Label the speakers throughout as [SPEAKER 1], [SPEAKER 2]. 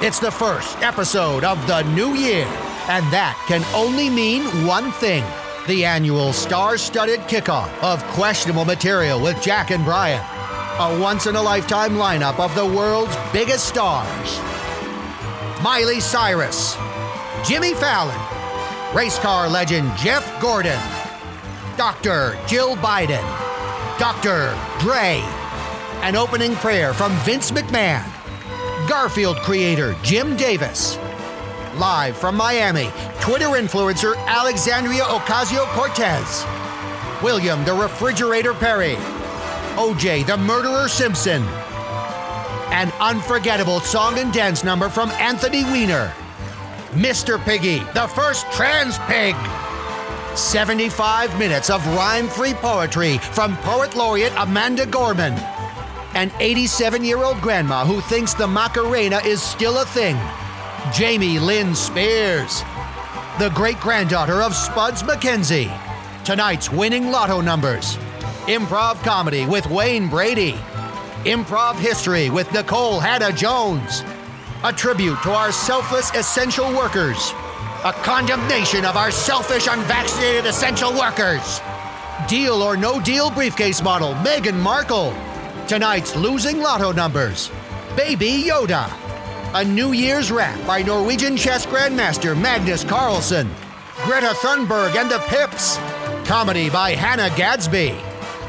[SPEAKER 1] It's the first episode of the new year, and that can only mean one thing the annual star studded kickoff of questionable material with Jack and Brian. A once in a lifetime lineup of the world's biggest stars Miley Cyrus, Jimmy Fallon, race car legend Jeff Gordon, Dr. Jill Biden, Dr. Dre, an opening prayer from Vince McMahon, Garfield creator Jim Davis. Live from Miami, Twitter influencer Alexandria Ocasio Cortez, William the Refrigerator Perry, OJ the Murderer Simpson, an unforgettable song and dance number from Anthony Weiner. Mr. Piggy, the first trans pig. 75 minutes of rhyme free poetry from poet laureate Amanda Gorman. An 87 year old grandma who thinks the Macarena is still a thing. Jamie Lynn Spears. The great granddaughter of Spuds McKenzie. Tonight's winning lotto numbers. Improv comedy with Wayne Brady. Improv history with Nicole Hannah Jones a tribute to our selfless essential workers, a condemnation of our selfish unvaccinated essential workers. Deal or no deal briefcase model Meghan Markle, tonight's losing lotto numbers, Baby Yoda, a New Year's rap by Norwegian chess grandmaster Magnus Carlsen, Greta Thunberg and the Pips, comedy by Hannah Gadsby,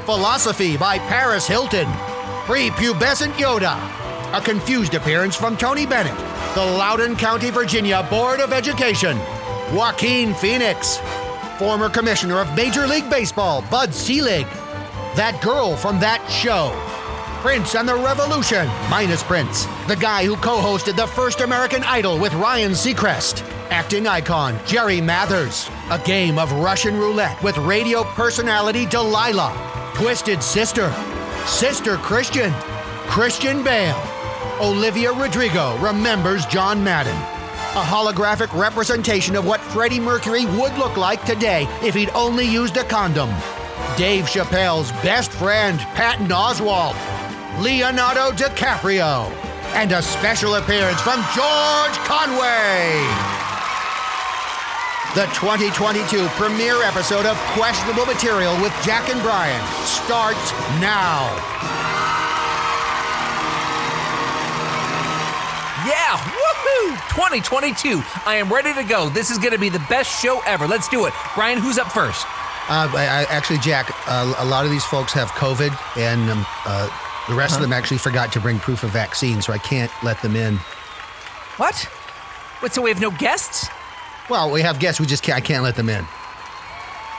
[SPEAKER 1] philosophy by Paris Hilton, prepubescent Yoda a confused appearance from Tony Bennett, the Loudoun County, Virginia Board of Education, Joaquin Phoenix, former commissioner of Major League Baseball, Bud Selig, that girl from that show, Prince and the Revolution, minus Prince, the guy who co hosted the first American Idol with Ryan Seacrest. Acting icon Jerry Mathers, a game of Russian roulette with radio personality Delilah, Twisted Sister, Sister Christian, Christian Bale, Olivia Rodrigo remembers John Madden. A holographic representation of what Freddie Mercury would look like today if he'd only used a condom. Dave Chappelle's best friend, Patton Oswald, Leonardo DiCaprio, and a special appearance from George Conway. The 2022 premiere episode of Questionable Material with Jack and Brian starts now.
[SPEAKER 2] Yeah, woohoo! 2022. I am ready to go. This is going to be the best show ever. Let's do it. Brian, who's up first?
[SPEAKER 1] Uh, I, I, actually, Jack, uh, a lot of these folks have COVID, and um, uh, the rest of them actually forgot to bring proof of vaccine, so I can't let them in.
[SPEAKER 2] What? Wait, so we have no guests?
[SPEAKER 1] Well, we have guests. We just can't, I can't let them in.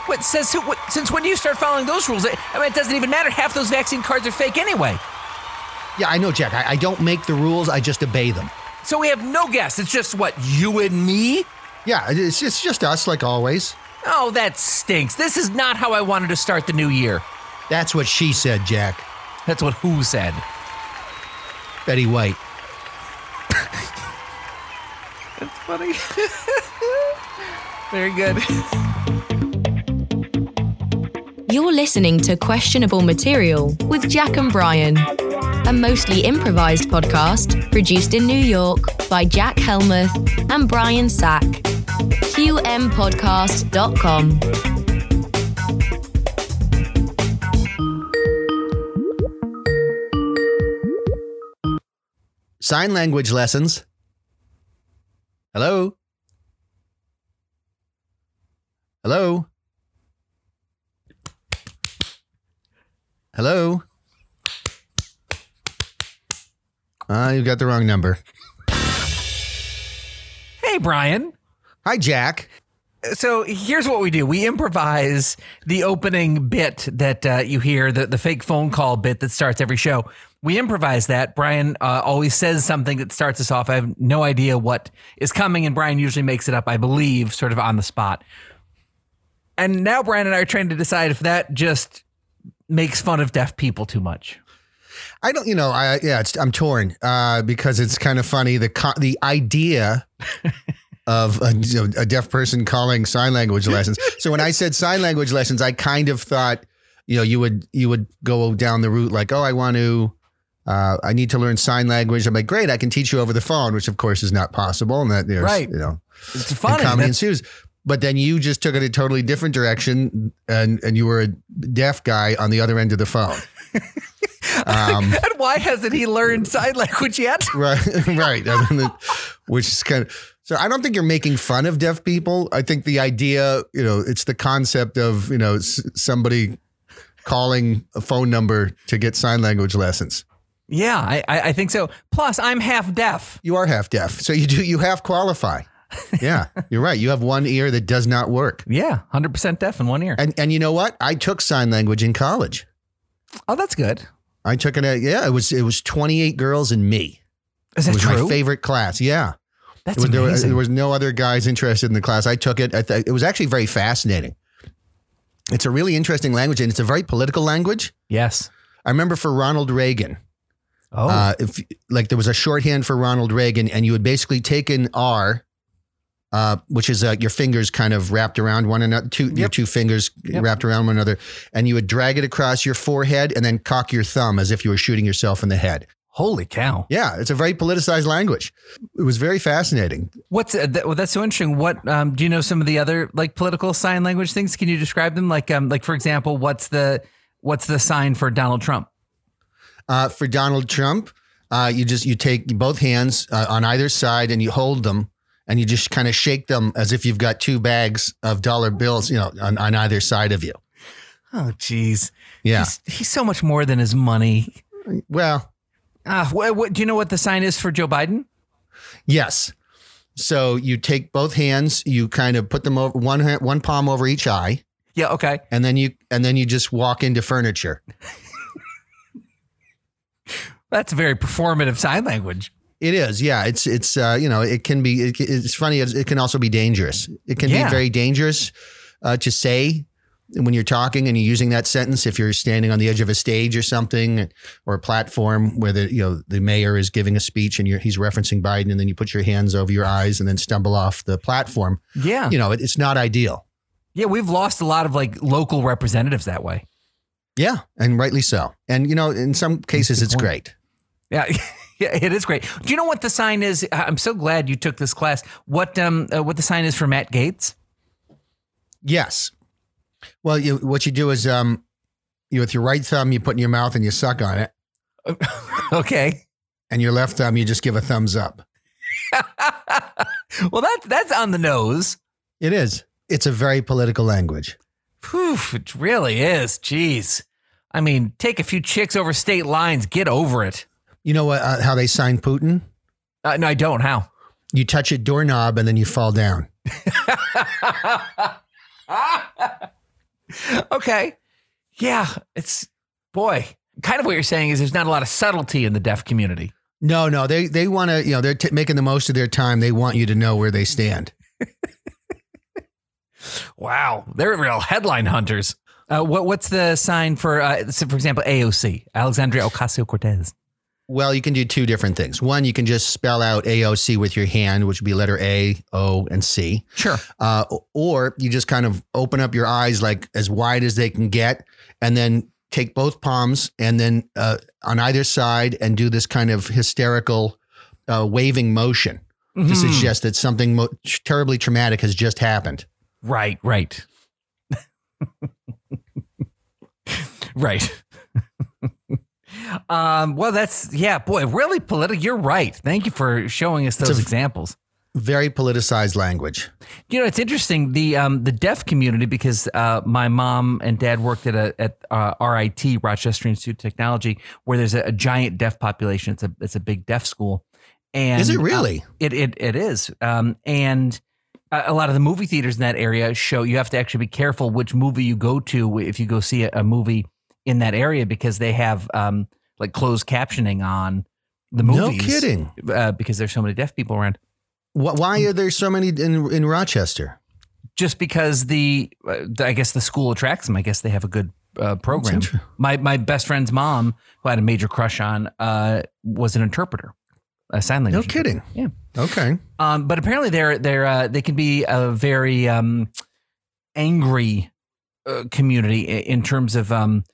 [SPEAKER 2] What says who? What, since when do you start following those rules? I I mean, it doesn't even matter. Half those vaccine cards are fake anyway.
[SPEAKER 1] Yeah, I know, Jack. I, I don't make the rules. I just obey them.
[SPEAKER 2] So we have no guests. It's just what you and me.
[SPEAKER 1] Yeah, it- it's just, just us, like always.
[SPEAKER 2] Oh, that stinks. This is not how I wanted to start the new year.
[SPEAKER 1] That's what she said, Jack.
[SPEAKER 2] That's what who said.
[SPEAKER 1] Betty White.
[SPEAKER 2] That's funny. Very good.
[SPEAKER 3] You're listening to Questionable Material with Jack and Brian, a mostly improvised podcast produced in New York by Jack Helmuth and Brian Sack. QMPodcast.com.
[SPEAKER 1] Sign language lessons. Hello? Hello? Hello? Ah, you got the wrong number.
[SPEAKER 2] Hey, Brian.
[SPEAKER 1] Hi, Jack.
[SPEAKER 2] So here's what we do: we improvise the opening bit that uh, you hear, the the fake phone call bit that starts every show. We improvise that. Brian uh, always says something that starts us off. I have no idea what is coming, and Brian usually makes it up, I believe, sort of on the spot. And now Brian and I are trying to decide if that just makes fun of deaf people too much.
[SPEAKER 1] I don't, you know, I yeah, it's, I'm torn uh, because it's kind of funny the co- the idea of a, you know, a deaf person calling sign language lessons. So when I said sign language lessons, I kind of thought, you know, you would you would go down the route like, oh, I want to Uh, I need to learn sign language. I'm like, great, I can teach you over the phone, which of course is not possible. And that there's,
[SPEAKER 2] Right.
[SPEAKER 1] you know,
[SPEAKER 2] It's
[SPEAKER 1] and
[SPEAKER 2] funny.
[SPEAKER 1] comedy
[SPEAKER 2] That's-
[SPEAKER 1] ensues. But then you just took it a totally different direction, and and you were a deaf guy on the other end of the phone. um,
[SPEAKER 2] And why hasn't he learned sign language yet?
[SPEAKER 1] right, right. I mean, it- which is kind of so. I don't think you're making fun of deaf people. I think the idea, you know, it's the concept of you know s- somebody calling a phone number to get sign language lessons.
[SPEAKER 2] Yeah, I, I I think so. Plus, I'm half deaf.
[SPEAKER 1] You are half deaf, so you do you half qualify. Yeah, you're right. You have one ear that does not work.
[SPEAKER 2] Yeah, hundred percent deaf in one ear.
[SPEAKER 1] And and you know what? I took sign language in college.
[SPEAKER 2] oh, that's good.
[SPEAKER 1] I took it. At, yeah, it was it was 28 girls and me.
[SPEAKER 2] Is
[SPEAKER 1] It
[SPEAKER 2] that
[SPEAKER 1] was
[SPEAKER 2] true?
[SPEAKER 1] my favorite class. Yeah,
[SPEAKER 2] That's
[SPEAKER 1] it was, there, was,
[SPEAKER 2] amazing.
[SPEAKER 1] there was no other guys interested in the class. I took it. I th- it was actually very fascinating. It's a really interesting language, and it's a very political language.
[SPEAKER 2] yes.
[SPEAKER 1] I remember for Ronald Reagan,
[SPEAKER 2] Oh,
[SPEAKER 1] uh, if like there was a shorthand for Ronald Reagan, and you would basically take an R, uh, which is uh, your fingers kind of wrapped around one another, two your
[SPEAKER 2] Yep.
[SPEAKER 1] two fingers
[SPEAKER 2] Yep.
[SPEAKER 1] wrapped around one another, and you would drag it across your forehead and then cock your thumb as if you were shooting yourself in the head.
[SPEAKER 2] holy cow!
[SPEAKER 1] Yeah, it's a very politicized language. It was very fascinating.
[SPEAKER 2] What's uh, that, well, that's so interesting. What um, do you know? Some of the other like political sign language things? Can you describe them? Like, um, like for example, what's the what's the sign for Donald Trump?
[SPEAKER 1] Uh, for Donald Trump, uh, you just you take both hands uh, on either side and you hold them and you just kind of shake them as if you've got two bags of dollar bills, you know, on, on either side of you.
[SPEAKER 2] Oh, jeez.
[SPEAKER 1] Yeah.
[SPEAKER 2] He's, he's so much more than his money.
[SPEAKER 1] Well,
[SPEAKER 2] Ah, what, what, do you know what the sign is for Joe Biden?
[SPEAKER 1] yes. So you take both hands, you kind of put them over one hand, one palm over each eye,
[SPEAKER 2] Yeah. Okay.
[SPEAKER 1] and then you and then you just walk into furniture.
[SPEAKER 2] That's very performative sign language.
[SPEAKER 1] It is, yeah. It's it's uh, you know it can be it, it's funny. It's, it can also be dangerous. It can
[SPEAKER 2] Yeah.
[SPEAKER 1] be very dangerous uh, to say when you're talking and you're using that sentence if you're standing on the edge of a stage or something or a platform where the you know the mayor is giving a speech and you're, he's referencing Biden and then you put your hands over your eyes and then stumble off the platform.
[SPEAKER 2] Yeah.
[SPEAKER 1] You know it, it's not ideal.
[SPEAKER 2] Yeah. We've lost a lot of like local representatives that way.
[SPEAKER 1] Yeah, and rightly so. And you know in some cases
[SPEAKER 2] good
[SPEAKER 1] it's
[SPEAKER 2] point.
[SPEAKER 1] great.
[SPEAKER 2] Yeah. Yeah, it is great. Do you know what the sign is? I- I'm so glad you took this class. What um, uh, what the sign is for Matt Gates?
[SPEAKER 1] Yes. Well, you, what you do is um, you with your right thumb you put in your mouth and you suck on it.
[SPEAKER 2] Okay.
[SPEAKER 1] and your left thumb, you just give a thumbs up.
[SPEAKER 2] well, that's that's on the nose.
[SPEAKER 1] It is. It's a very political language.
[SPEAKER 2] Phew, it really is. Jeez. I mean, take a few chicks over state lines. Get over it.
[SPEAKER 1] You know what, uh, how they sign Putin?
[SPEAKER 2] Uh, no, I don't. How?
[SPEAKER 1] You touch a doorknob and then you fall down.
[SPEAKER 2] okay. Yeah, it's boy. Kind of what you're saying is there's not a lot of subtlety in the deaf community.
[SPEAKER 1] No, no, they they want to. You know, they're t- making the most of their time. They want you to know where they stand.
[SPEAKER 2] Wow, they're real headline hunters. Uh, what what's the sign for uh, so for example AOC Alexandria Ocasio Cortez?
[SPEAKER 1] Well, you can do two different things. One, you can just spell out AOC with your hand, which would be letter A, O, and C.
[SPEAKER 2] Sure.
[SPEAKER 1] Uh, or you just kind of open up your eyes like as wide as they can get, and then take both palms and then uh, on either side and do this kind of hysterical uh, waving motion
[SPEAKER 2] Mm-hmm.
[SPEAKER 1] to suggest that something mo- terribly traumatic has just happened.
[SPEAKER 2] Right, right. right. um, well, that's, yeah, boy, really political. You're right. Thank you for showing us those
[SPEAKER 1] a-
[SPEAKER 2] examples.
[SPEAKER 1] Very politicized language.
[SPEAKER 2] You know, it's interesting the um, the deaf community because uh, my mom and dad worked at a at uh, RIT Rochester Institute of Technology, where there's a, a giant deaf population. It's a it's a big deaf school. And
[SPEAKER 1] Is it
[SPEAKER 2] uh,
[SPEAKER 1] really?
[SPEAKER 2] it it it is. Um, and a, a lot of the movie theaters in that area show you have to actually be careful which movie you go to if you go see a, a movie in that area because they have um like closed captioning on the
[SPEAKER 1] no
[SPEAKER 2] movies.
[SPEAKER 1] kidding.
[SPEAKER 2] Uh, because there's so many deaf people around.
[SPEAKER 1] Wh- Why are there so many in in Rochester?
[SPEAKER 2] Just because the, uh, the- I guess the school attracts them. I guess they have a good uh, program.
[SPEAKER 1] inter-
[SPEAKER 2] My my best friend's mom, who I had a major crush on, uh, was an interpreter, a sign
[SPEAKER 1] No
[SPEAKER 2] language. interpreter.
[SPEAKER 1] kidding.
[SPEAKER 2] Yeah.
[SPEAKER 1] Okay.
[SPEAKER 2] Um, but apparently they're they're uh, they can be a very um, angry uh, community i- in terms of um,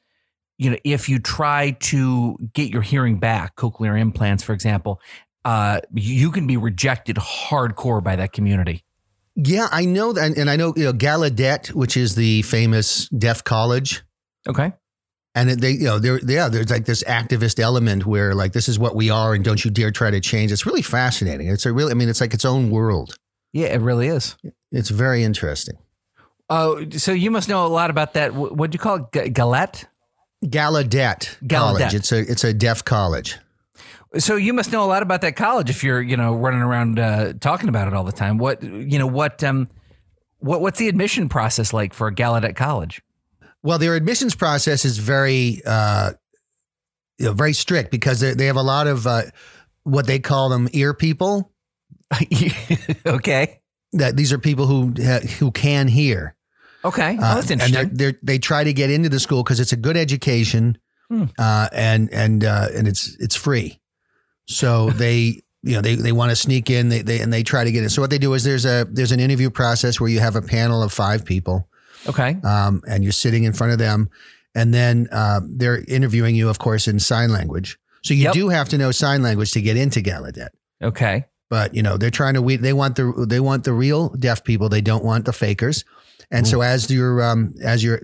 [SPEAKER 2] you know, if you try to get your hearing back, cochlear implants, for example, uh, you can be rejected hardcore by that community.
[SPEAKER 1] Yeah, I know that, and I know you know Gallaudet, which is the famous deaf college,
[SPEAKER 2] Okay.
[SPEAKER 1] and they you know there yeah there's like this activist element where like this is what we are, and don't you dare try to change. It's really fascinating. It's a really I mean it's like its own world.
[SPEAKER 2] Yeah, it really is.
[SPEAKER 1] It's very interesting.
[SPEAKER 2] Oh, so you must know a lot about that. Wh- What do you call it? G- Galette?
[SPEAKER 1] Gallaudet,
[SPEAKER 2] Gallaudet.
[SPEAKER 1] College. It's a it's a deaf college.
[SPEAKER 2] So you must know a lot about that college if you're, you know, running around uh, talking about it all the time. What, you know, what, um, what, what's the admission process like for Gallaudet College?
[SPEAKER 1] Well, their admissions process is very, uh, you know, very strict because they, they have a lot of uh, what they call them ear people.
[SPEAKER 2] okay.
[SPEAKER 1] That these are people who ha- who can hear.
[SPEAKER 2] Okay.
[SPEAKER 1] Uh,
[SPEAKER 2] oh, that's interesting.
[SPEAKER 1] And they're, they're, they try to get into the school because it's a good education,
[SPEAKER 2] Hmm.
[SPEAKER 1] uh, and and uh, and it's it's free. So they you know they, they want to sneak in they, they and they try to get in. So what they do is there's a there's an interview process where you have a panel of five people.
[SPEAKER 2] okay.
[SPEAKER 1] um, and you're sitting in front of them, and then um, they're interviewing you, of course, in sign language. So you
[SPEAKER 2] Yep.
[SPEAKER 1] do have to know sign language to get into Gallaudet.
[SPEAKER 2] Okay.
[SPEAKER 1] But you know they're trying to we they want the they want the real deaf people. They don't want the fakers. And so as you're um, as you're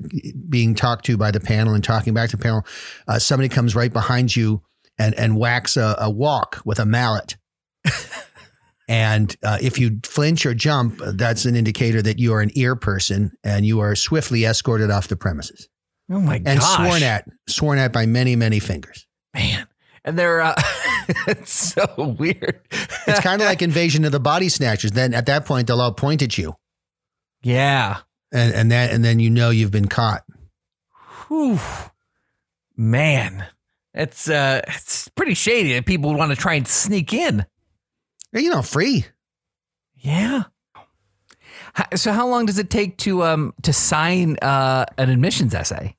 [SPEAKER 1] being talked to by the panel and talking back to the panel, uh, somebody comes right behind you and and whacks a, a walk with a mallet. and uh, if you flinch or jump, uh, that's an indicator that you are an ear person and you are swiftly escorted off the premises
[SPEAKER 2] Oh my
[SPEAKER 1] and
[SPEAKER 2] gosh.
[SPEAKER 1] sworn at sworn at by many many fingers.
[SPEAKER 2] Man. And they're, uh, it's so weird.
[SPEAKER 1] It's kind of like invasion of the body snatchers. Then at that point they'll all point at you.
[SPEAKER 2] yeah.
[SPEAKER 1] and and that and then you know you've been caught.
[SPEAKER 2] Whew. Man. It's, uh, it's pretty shady that people would want to try and sneak in.
[SPEAKER 1] You know, free.
[SPEAKER 2] Yeah. H- So how long does it take to um to sign uh an admissions essay?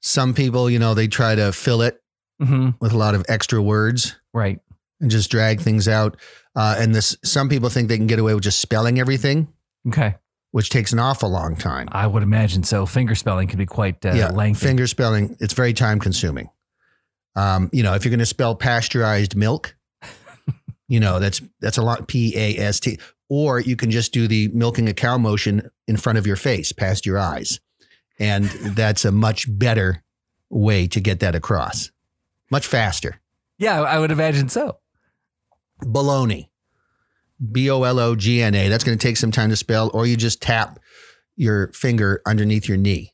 [SPEAKER 1] Some people, you know, they try to fill it
[SPEAKER 2] Mm-hmm.
[SPEAKER 1] with a lot of extra words
[SPEAKER 2] Right.
[SPEAKER 1] and just drag things out. Uh, and this, some people think they can get away with just spelling everything,
[SPEAKER 2] Okay.
[SPEAKER 1] which takes an awful long time.
[SPEAKER 2] I would imagine so. Finger spelling can be quite uh, lengthy.
[SPEAKER 1] finger spelling. It's very time consuming. Um, you know, if you're going to spell pasteurized milk, you know that's that's a lot. P A S T. Or you can just do the milking a cow motion in front of your face, past your eyes, and that's a much better way to get that across. Much faster.
[SPEAKER 2] yeah, I would imagine so.
[SPEAKER 1] Baloney. B O L O G N A. That's going to take some time to spell, or you just tap your finger underneath your knee.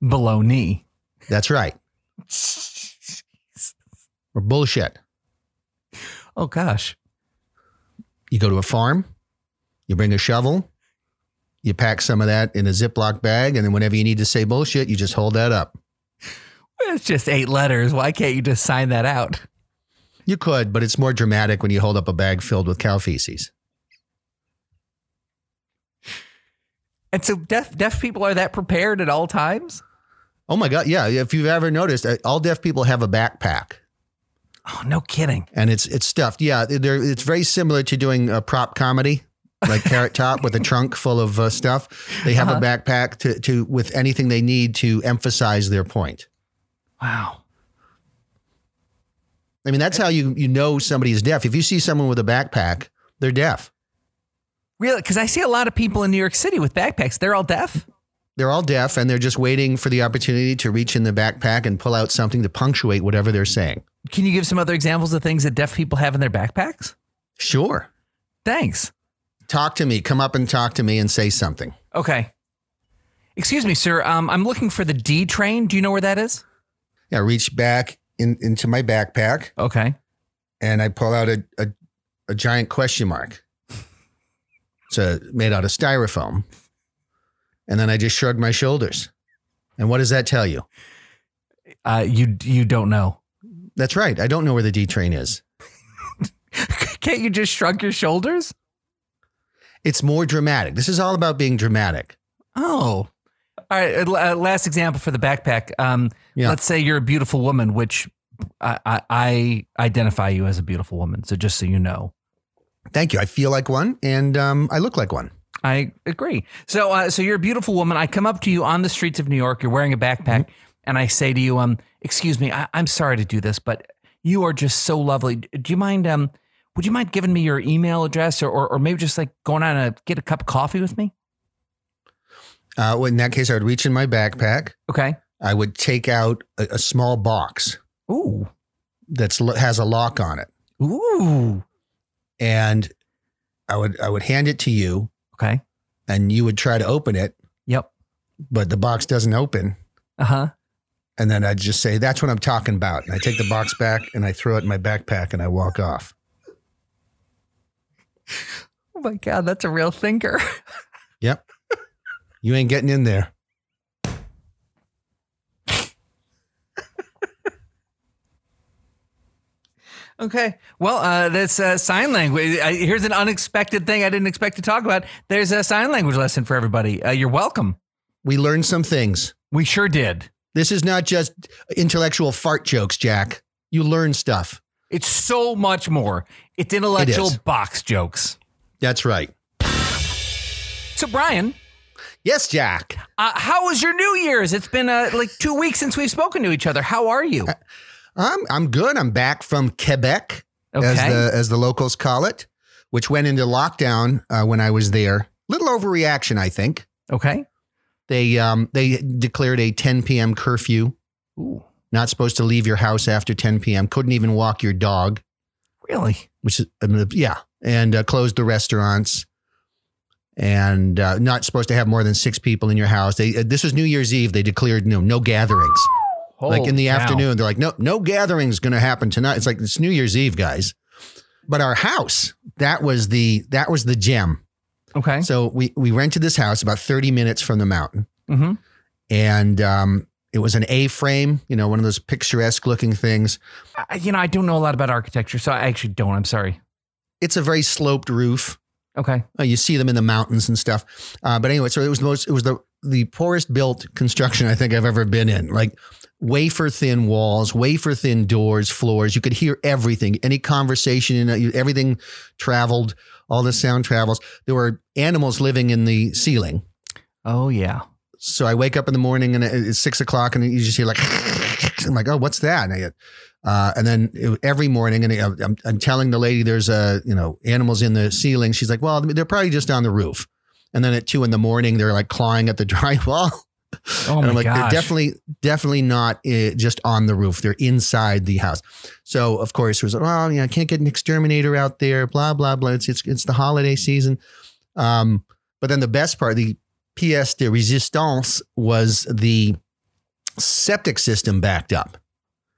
[SPEAKER 2] Below knee.
[SPEAKER 1] That's right. Or bullshit.
[SPEAKER 2] Oh gosh.
[SPEAKER 1] You go to a farm, you bring a shovel, you pack some of that in a Ziploc bag, and then whenever you need to say bullshit, you just hold that up.
[SPEAKER 2] It's just eight letters. Why can't you just sign that out?
[SPEAKER 1] You could, but it's more dramatic when you hold up a bag filled with cow feces.
[SPEAKER 2] And so deaf deaf people are that prepared at all times?
[SPEAKER 1] Oh my God. Yeah. If you've ever noticed, uh, all deaf people have a backpack
[SPEAKER 2] Oh, no kidding.
[SPEAKER 1] and it's it's stuffed. Yeah. They're, it's very similar to doing a prop comedy. like carrot top with a trunk full of uh, stuff, they have
[SPEAKER 2] Uh-huh.
[SPEAKER 1] a backpack to, to with anything they need to emphasize their point.
[SPEAKER 2] Wow.
[SPEAKER 1] I mean, that's how you you know somebody is deaf. If you see someone with a backpack, they're deaf.
[SPEAKER 2] Really? Because I see a lot of people in New York City with backpacks. They're all deaf.
[SPEAKER 1] They're all deaf and they're just waiting for the opportunity to reach in the backpack and pull out something to punctuate whatever they're saying.
[SPEAKER 2] Can you give some other examples of things that deaf people have in their backpacks?
[SPEAKER 1] Sure.
[SPEAKER 2] Thanks.
[SPEAKER 1] Talk to me. Come up and talk to me and say something.
[SPEAKER 2] Okay. Excuse me, sir. Um, I'm looking for the D train. Do you know where that is?
[SPEAKER 1] I reach back in, into my backpack
[SPEAKER 2] Okay.
[SPEAKER 1] and I pull out a, a, a giant question mark. It's uh made out of styrofoam. And then I just shrug my shoulders. And what does that tell you?
[SPEAKER 2] Uh, you you don't know.
[SPEAKER 1] That's right. I don't know where the D train is.
[SPEAKER 2] Can't you just shrug your shoulders?
[SPEAKER 1] It's more dramatic. This is all about being dramatic.
[SPEAKER 2] Oh. All right. uh, la- uh, last example for the backpack. Um,
[SPEAKER 1] Yeah.
[SPEAKER 2] Let's say you're a beautiful woman, which I, I, I identify you as a beautiful woman. So just so you know,
[SPEAKER 1] Thank you. I feel like one, and um, I look like one.
[SPEAKER 2] I agree. So, uh, so you're a beautiful woman. I come up to you on the streets of New York. You're wearing a backpack, and I say to you, um, excuse me, I- I'm sorry to do this, but you are just so lovely. Do you mind, um, would you mind giving me your email address or, or, or maybe just like going on a get a cup of coffee with me?
[SPEAKER 1] Uh, well, in that case, I would reach in my backpack.
[SPEAKER 2] Okay.
[SPEAKER 1] I would take out a, a small box
[SPEAKER 2] Ooh.
[SPEAKER 1] that's lo- has a lock on it,
[SPEAKER 2] Ooh.
[SPEAKER 1] and I would I would hand it to you,
[SPEAKER 2] Okay.
[SPEAKER 1] and you would try to open it,
[SPEAKER 2] Yep.
[SPEAKER 1] but the box doesn't open.
[SPEAKER 2] Uh huh.
[SPEAKER 1] And then I'd just say, "That's what I'm talking about." And I take the box back and I throw it in my backpack and I walk off.
[SPEAKER 2] Oh my God, that's a real thinker.
[SPEAKER 1] You ain't getting in there.
[SPEAKER 2] Okay. Well, uh, that's uh, sign language. I, here's an unexpected thing I didn't expect to talk about. There's a sign language lesson for everybody. Uh, you're welcome.
[SPEAKER 1] We learned some things.
[SPEAKER 2] We sure did.
[SPEAKER 1] This is not just intellectual fart jokes, Jack. You learn stuff.
[SPEAKER 2] It's so much more. It's intellectual
[SPEAKER 1] It is.
[SPEAKER 2] box jokes.
[SPEAKER 1] That's right.
[SPEAKER 2] So, Brian,
[SPEAKER 1] Yes, Jack.
[SPEAKER 2] uh, how was your New Year's? It's been uh, like two weeks since we've spoken to each other. How are you?
[SPEAKER 1] I'm I'm good. I'm back from Quebec, as the as the locals call it, which went into lockdown uh, when I was there. Little overreaction, I think.
[SPEAKER 2] okay.
[SPEAKER 1] They um they declared a 10 p.m. curfew.
[SPEAKER 2] Ooh,
[SPEAKER 1] Not supposed to leave your house after 10 p.m. Couldn't even walk your dog,
[SPEAKER 2] really?
[SPEAKER 1] which is um, yeah, and uh, closed the restaurants. And uh, not supposed to have more than six people in your house. They uh, this was New Year's Eve. They declared no no gatherings. like in the
[SPEAKER 2] Holy cow.
[SPEAKER 1] afternoon, they're like, no, no gathering's going to happen tonight. It's like it's New Year's Eve, guys. But our house, that was the that was the gem.
[SPEAKER 2] Okay.
[SPEAKER 1] So we we rented this house about thirty minutes from the mountain,
[SPEAKER 2] Mm-hmm.
[SPEAKER 1] and um, it was an A-frame, you know, one of those picturesque looking things.
[SPEAKER 2] I, you know, I don't know a lot about architecture, so I actually don't. I'm sorry.
[SPEAKER 1] It's a very sloped roof.
[SPEAKER 2] Okay.
[SPEAKER 1] Uh, you see them in the mountains and stuff. Uh, but anyway, so it was the most it was the the poorest built construction I think I've ever been in. Like wafer thin walls, wafer thin doors, floors. You could hear everything, any conversation, in it, you- everything traveled. All the sound travels. There were animals living in the ceiling.
[SPEAKER 2] Oh yeah.
[SPEAKER 1] So I wake up in the morning and it- it's six o'clock, and you just hear like, I'm like, oh, what's that? And, I, uh, and then it- every morning, and I- I'm, I'm telling the lady there's a you know animals in the ceiling. She's like, well, they're probably just on the roof. And then at two in the morning, they're like clawing at the drywall.
[SPEAKER 2] Oh
[SPEAKER 1] and
[SPEAKER 2] my
[SPEAKER 1] I'm like,
[SPEAKER 2] gosh.
[SPEAKER 1] they're definitely, definitely not uh, just on the roof. They're inside the house. So of course, it was well, you know, I can't get an exterminator out there. Blah blah blah. It's it's it's the holiday season. Um, but then the best part, the pièce de résistance was the septic system backed up.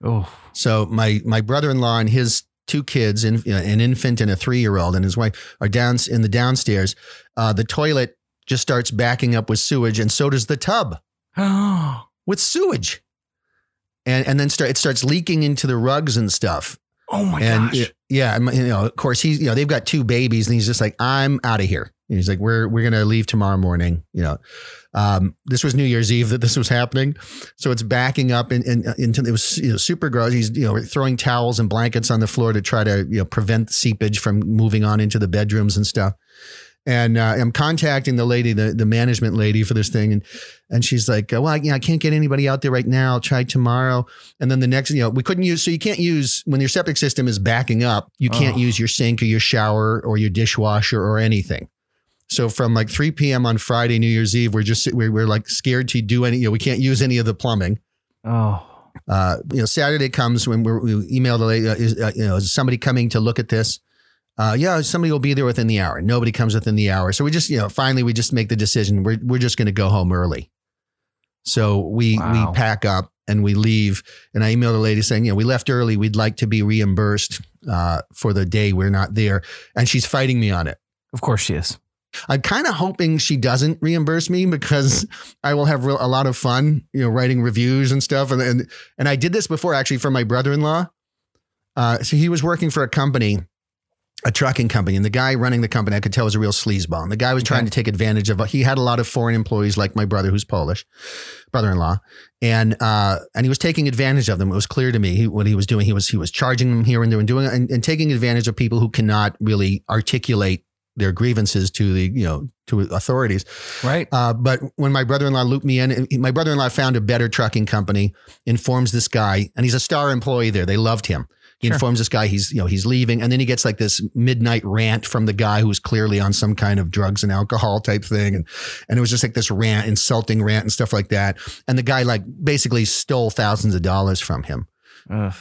[SPEAKER 2] Oh.
[SPEAKER 1] So my my brother in law and his two kids, in, an infant and a three year old, and his wife are down in the downstairs. Uh, the toilet just starts backing up with sewage, and so does the tub
[SPEAKER 2] Oh.
[SPEAKER 1] with sewage, and and then start it starts leaking into the rugs and stuff.
[SPEAKER 2] Oh my
[SPEAKER 1] and
[SPEAKER 2] gosh.
[SPEAKER 1] y- yeah, and, you know, of course he's you know they've got two babies, and he's just like I'm out of here. And he's like we're we're gonna leave tomorrow morning. You know, um, this was New Year's Eve that this was happening, so it's backing up and in, uh, into it was you know, super gross. He's you know throwing towels and blankets on the floor to try to you know prevent seepage from moving on into the bedrooms and stuff. And uh, I'm contacting the lady, the, the management lady for this thing, and and she's like, "Well, I, you know, I can't get anybody out there right now. I'll try tomorrow." And then the next, you know, we couldn't use, so you can't use when your septic system is backing up, you can't
[SPEAKER 2] Oh.
[SPEAKER 1] use your sink or your shower or your dishwasher or anything. So from like 3 p.m. on Friday, New Year's Eve, we're just, we're, we're like scared to do any, you know, we can't use any of the plumbing.
[SPEAKER 2] oh.
[SPEAKER 1] Uh, you know, Saturday comes when we're, we email the lady, uh, is, uh, you know, is somebody coming to look at this? Uh, yeah, somebody will be there within the hour. Nobody comes within the hour. So we just, you know, finally we just make the decision. We're, we're just going to go home early. So we,
[SPEAKER 2] Wow.
[SPEAKER 1] we pack up and we leave. And I emailed the lady saying, you know, we left early. We'd like to be reimbursed, uh, for the day we're not there. And she's fighting me on it.
[SPEAKER 2] Of course she is.
[SPEAKER 1] I'm kind of hoping she doesn't reimburse me because I will have real, a lot of fun, you know, writing reviews and stuff. And and, and I did this before actually for my brother-in-law. Uh, so he was working for a company, a trucking company, and the guy running the company I could tell was a real sleazeball. And the guy was trying
[SPEAKER 2] Okay.
[SPEAKER 1] to take advantage of. He had a lot of foreign employees, like my brother, who's Polish, brother-in-law, and uh, and he was taking advantage of them. It was clear to me he, what he was doing. He was he was charging them here and there and doing and, and taking advantage of people who cannot really articulate their grievances to the you know to authorities.
[SPEAKER 2] Right.
[SPEAKER 1] Uh, but when my brother-in-law looped me in, my brother-in-law found a better trucking company, informs this guy, and he's a star employee there. They loved him. He
[SPEAKER 2] Sure.
[SPEAKER 1] informs this guy he's you know he's leaving, and then he gets like this midnight rant from the guy who's clearly on some kind of drugs and alcohol type thing, and and it was just like this rant, insulting rant and stuff like that. And the guy like basically stole thousands of dollars from him. Uh,
[SPEAKER 2] Ugh.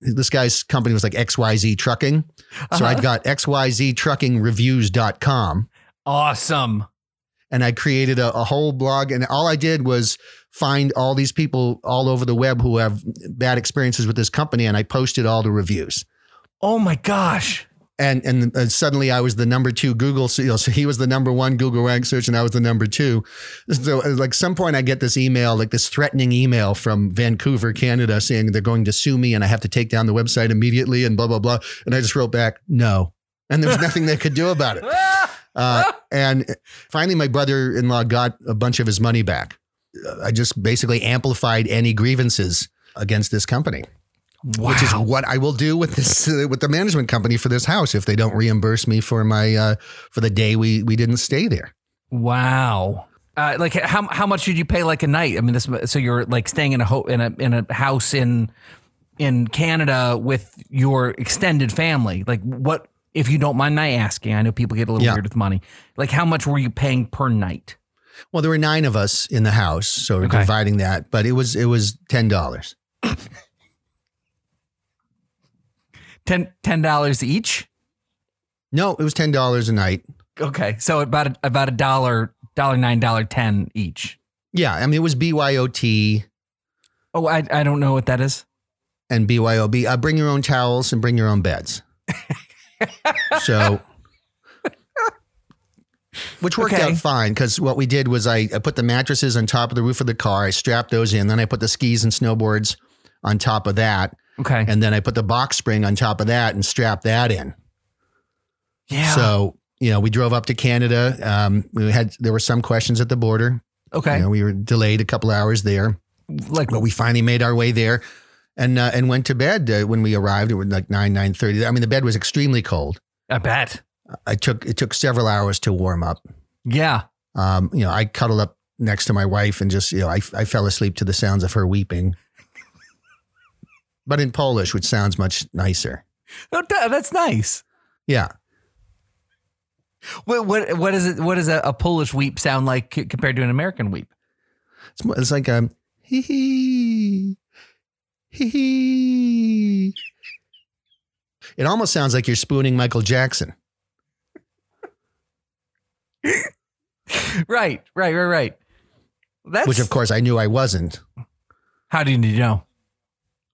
[SPEAKER 1] This guy's company was like XYZ Trucking,
[SPEAKER 2] Uh-huh.
[SPEAKER 1] so I'd got xyztruckingreviews.com
[SPEAKER 2] Awesome.
[SPEAKER 1] and I created a, a whole blog. And all I did was find all these people all over the web who have bad experiences with this company, and I posted all the reviews.
[SPEAKER 2] Oh my gosh.
[SPEAKER 1] And and, and suddenly I was the number two Google. So, you know, so he was the number one Google rank search, and I was the number two. So uh, like some point I get this email, like this threatening email from Vancouver, Canada, saying they're going to sue me, and I have to take down the website immediately, and blah blah blah. And I just wrote back, no. And there was nothing they could do about it.
[SPEAKER 2] Ah!
[SPEAKER 1] Uh, and finally, my brother in law got a bunch of his money back. Uh, I just basically amplified any grievances against this company,
[SPEAKER 2] Wow.
[SPEAKER 1] which is what I will do with this uh, with the management company for this house if they don't reimburse me for my uh, for the day we we didn't stay there.
[SPEAKER 2] wow. Uh, like how how much did you pay like a night? I mean, this so you're like staying in a ho- in a in a house in in Canada with your extended family. Like what if you don't mind my asking? I know people get a little
[SPEAKER 1] Yeah.
[SPEAKER 2] weird with money. Like how much were you paying per night?
[SPEAKER 1] Well, there were nine of us in the house, so we're
[SPEAKER 2] Okay.
[SPEAKER 1] dividing that. But it was it was ten dollars.
[SPEAKER 2] Ten ten dollars each.
[SPEAKER 1] No, it was ten dollars a night.
[SPEAKER 2] Okay, so about a, about a dollar dollar nine dollar ten each.
[SPEAKER 1] Yeah, I mean it was BYOT
[SPEAKER 2] Oh, I I don't know what that is.
[SPEAKER 1] and BYOB. Uh, bring your own towels and bring your own beds. so, which worked
[SPEAKER 2] Okay.
[SPEAKER 1] out fine because what we did was I, I put the mattresses on top of the roof of the car. I strapped those in. Then I put the skis and snowboards on top of that.
[SPEAKER 2] Okay.
[SPEAKER 1] And then I put the box spring on top of that and strapped that in.
[SPEAKER 2] Yeah.
[SPEAKER 1] So, you know, we drove up to Canada. Um, we had, there were some questions at the border.
[SPEAKER 2] okay.
[SPEAKER 1] You know, we were delayed a couple hours there
[SPEAKER 2] Like
[SPEAKER 1] but we finally made our way there and uh, and went to bed uh, when we arrived it was like 9 9:30 I mean the bed was extremely cold
[SPEAKER 2] I bet.
[SPEAKER 1] I took it took several hours to warm up
[SPEAKER 2] Yeah.
[SPEAKER 1] um you know I cuddled up next to my wife and just you know I I fell asleep to the sounds of her weeping but in Polish which sounds much nicer
[SPEAKER 2] Oh, tha- that's nice.
[SPEAKER 1] yeah
[SPEAKER 2] What what what is it? What does a, a Polish weep sound like c- compared to an American weep?
[SPEAKER 1] it's, mo- it's like um hee hee hee hee it almost sounds like you're spooning Michael Jackson
[SPEAKER 2] Right. Right. Right. Right. That's
[SPEAKER 1] which of course I knew I wasn't
[SPEAKER 2] how do you know?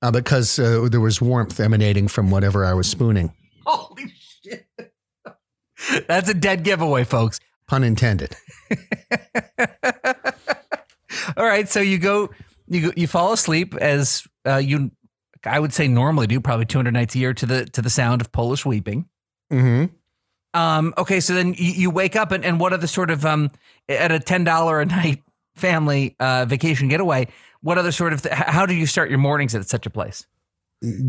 [SPEAKER 1] uh, because uh, there was warmth emanating from whatever I was spooning.
[SPEAKER 2] Holy shit! that's a dead giveaway, folks.
[SPEAKER 1] Pun intended.
[SPEAKER 2] All right, so you go, you go, you fall asleep as uh, you, I would say normally do probably 200 nights a year to the to the sound of Polish weeping.
[SPEAKER 1] Mm-hmm.
[SPEAKER 2] Um, okay, so then you, you wake up and, and what other sort of um at a ten dollar a night family uh, vacation getaway? What other sort of th- how do you start your mornings at such a place?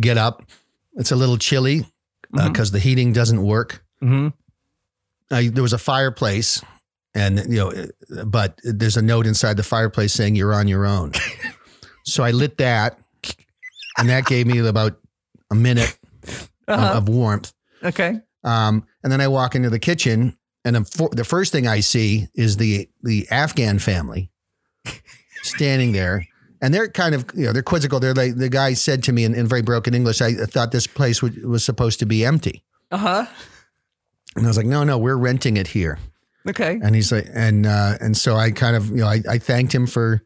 [SPEAKER 1] Get up. It's a little chilly because
[SPEAKER 2] Mhm.
[SPEAKER 1] the heating doesn't work.
[SPEAKER 2] Mm-hmm.
[SPEAKER 1] I, there was a fireplace, and you know, uh, but there's a note inside the fireplace saying you're on your own. so I lit that, and that gave me about a minute of-
[SPEAKER 2] Uh-huh.
[SPEAKER 1] of warmth.
[SPEAKER 2] Okay.
[SPEAKER 1] Um, and then I walk into the kitchen, and the fir- the first thing I see is the the Afghan family standing there, and they're kind of you know they're quizzical. They're like the guy said to me in, in very broken English, I thought this place would, was supposed to be empty,
[SPEAKER 2] Uh huh.
[SPEAKER 1] and I was like, no, no, we're renting it here.
[SPEAKER 2] Okay.
[SPEAKER 1] And he's like, and uh, and so I kind of you know I, I thanked him for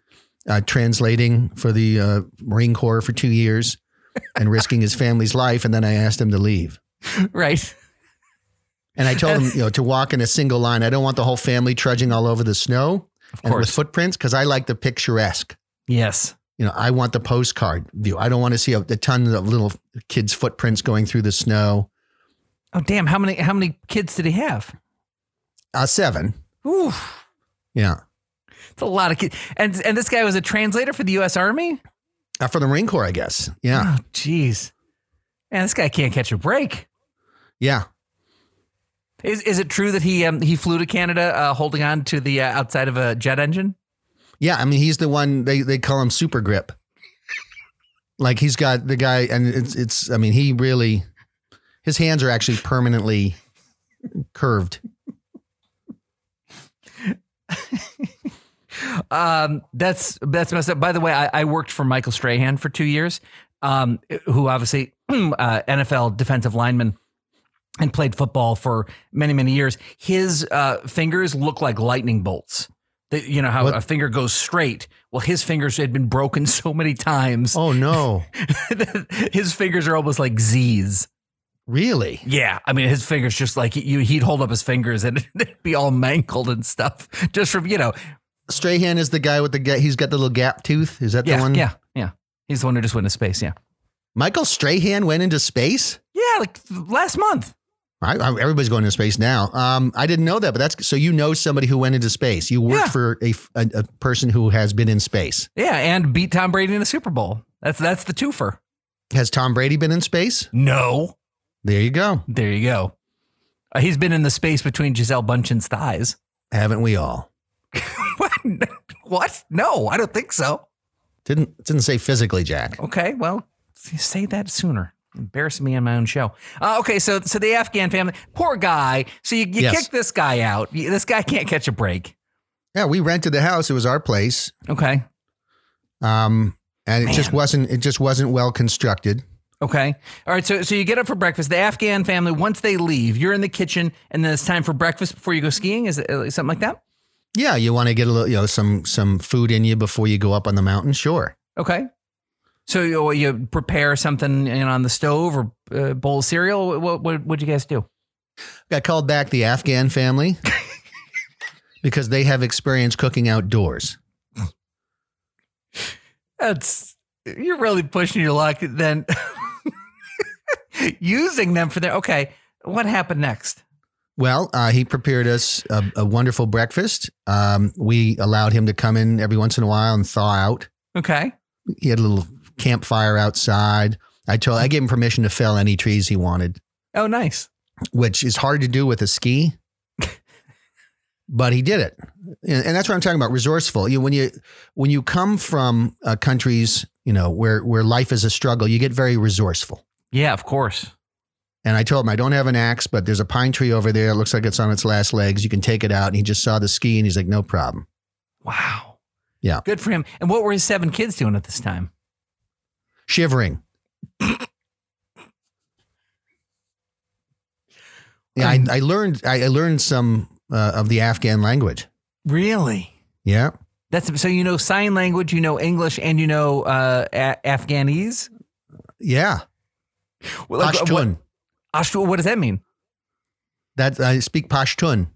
[SPEAKER 1] uh, translating for the uh, Marine Corps for two years and risking his family's life, and then I asked him to leave.
[SPEAKER 2] Right.
[SPEAKER 1] And I told him, you know, to walk in a single line. I don't want the whole family trudging all over the snow
[SPEAKER 2] Of
[SPEAKER 1] and with
[SPEAKER 2] course.
[SPEAKER 1] footprints because I like the picturesque.
[SPEAKER 2] Yes.
[SPEAKER 1] You know, I want the postcard view. I don't want to see a, a ton of little kids' footprints going through the snow.
[SPEAKER 2] Oh damn! How many how many kids did he have?
[SPEAKER 1] Uh, seven.
[SPEAKER 2] Ooh,
[SPEAKER 1] Yeah.
[SPEAKER 2] it's a lot of kids. And and this guy was a translator for the U.S. Army.
[SPEAKER 1] Uh, for the Marine Corps, I guess. Yeah.
[SPEAKER 2] Oh, jeez. Man, this guy can't catch a break.
[SPEAKER 1] Yeah.
[SPEAKER 2] Is is it true that he um, he flew to Canada uh, holding on to the uh, outside of a jet engine?
[SPEAKER 1] Yeah, I mean he's the one they they call him Super Grip. Like he's got the guy, and it's it's. I mean he really, his hands are actually permanently curved.
[SPEAKER 2] Um, that's that's messed up. By the way, I, I worked for Michael Strahan for two years, um, who obviously uh, NFL defensive lineman and played football for many many years. His uh, fingers look like lightning bolts. They- you know how
[SPEAKER 1] What?
[SPEAKER 2] a finger goes straight. Well, his fingers had been broken so many times.
[SPEAKER 1] Oh no,
[SPEAKER 2] that his fingers are almost like Z's.
[SPEAKER 1] really? Yeah.
[SPEAKER 2] Yeah, I mean, his fingers just like you. He'd hold up his fingers and they'd be all mangled and stuff, just from you know.
[SPEAKER 1] Strahan is the guy with the ga- he's got the little gap tooth. Is that the
[SPEAKER 2] Yeah,
[SPEAKER 1] one?
[SPEAKER 2] yeah, yeah. He's the one who just went to space. Yeah,
[SPEAKER 1] Michael Strahan went into space.
[SPEAKER 2] yeah. Like last month.
[SPEAKER 1] I, I, everybody's going into space now. Um, I didn't know that, but that's so you know somebody who went into space. You worked
[SPEAKER 2] Yeah.
[SPEAKER 1] for a, f- a- a person who has been in space.
[SPEAKER 2] Yeah, and beat Tom Brady in the Super Bowl. That's that's the twofer.
[SPEAKER 1] Has Tom Brady been in space?
[SPEAKER 2] No,
[SPEAKER 1] There you go.
[SPEAKER 2] there you go. Uh, he's been in the space between Giselle Bundchen's thighs.
[SPEAKER 1] Haven't we all?
[SPEAKER 2] what? What? No, I don't think so.
[SPEAKER 1] Didn't didn't say physically, Jack.
[SPEAKER 2] Okay, well, say that sooner. Embarrass me on my own show. Uh, okay, so so the Afghan family, poor guy. So you, you
[SPEAKER 1] Yes.
[SPEAKER 2] kick this guy out. You- This guy can't catch a break.
[SPEAKER 1] Yeah, we rented the house. It was our place,
[SPEAKER 2] Okay,
[SPEAKER 1] um, and it just
[SPEAKER 2] Man.
[SPEAKER 1] wasn't it just wasn't well constructed.
[SPEAKER 2] okay, all right. So so you get up for breakfast. The Afghan family, once they leave, you're in the kitchen, and then it's time for breakfast before you go skiing. Is it uh, something like that?
[SPEAKER 1] Yeah, you want to get a little you know some some food in you before you go up on the mountain. Sure.
[SPEAKER 2] Okay. So you, you prepare something you know, on the stove or uh, bowl of cereal. What what would you guys do?
[SPEAKER 1] I called back the Afghan family because they have experience cooking outdoors.
[SPEAKER 2] That's you're really pushing your luck. Then using them for their okay. What happened next?
[SPEAKER 1] Well, uh, he prepared us a, a wonderful breakfast. Um, we allowed him to come in every once in a while and thaw out.
[SPEAKER 2] Okay,
[SPEAKER 1] He had a little campfire outside. I told I gave him permission to fell any trees he wanted,
[SPEAKER 2] oh nice.
[SPEAKER 1] which is hard to do with a ski, but he did it. And, and that's what I'm talking about. Resourceful. You when you when you come from uh, countries, you know where where life is a struggle, you get very resourceful.
[SPEAKER 2] Yeah, of course.
[SPEAKER 1] And I told him, I don't have an axe, but there's a pine tree over there. It looks like it's on its last legs. You can take it out. And he just saw the ski and he's like, no problem.
[SPEAKER 2] Wow.
[SPEAKER 1] Yeah.
[SPEAKER 2] Good for him. And what were his seven kids doing at this time?
[SPEAKER 1] Shivering. yeah, I, I learned I I learned some uh, of the Afghan language.
[SPEAKER 2] Really?
[SPEAKER 1] Yeah.
[SPEAKER 2] That's so you know sign language, you know English, and you know uh, a- Afghanese.
[SPEAKER 1] Yeah.
[SPEAKER 2] Well, like,
[SPEAKER 1] Pashtun.
[SPEAKER 2] What, Ashtun, what does that mean?
[SPEAKER 1] That I speak Pashtun.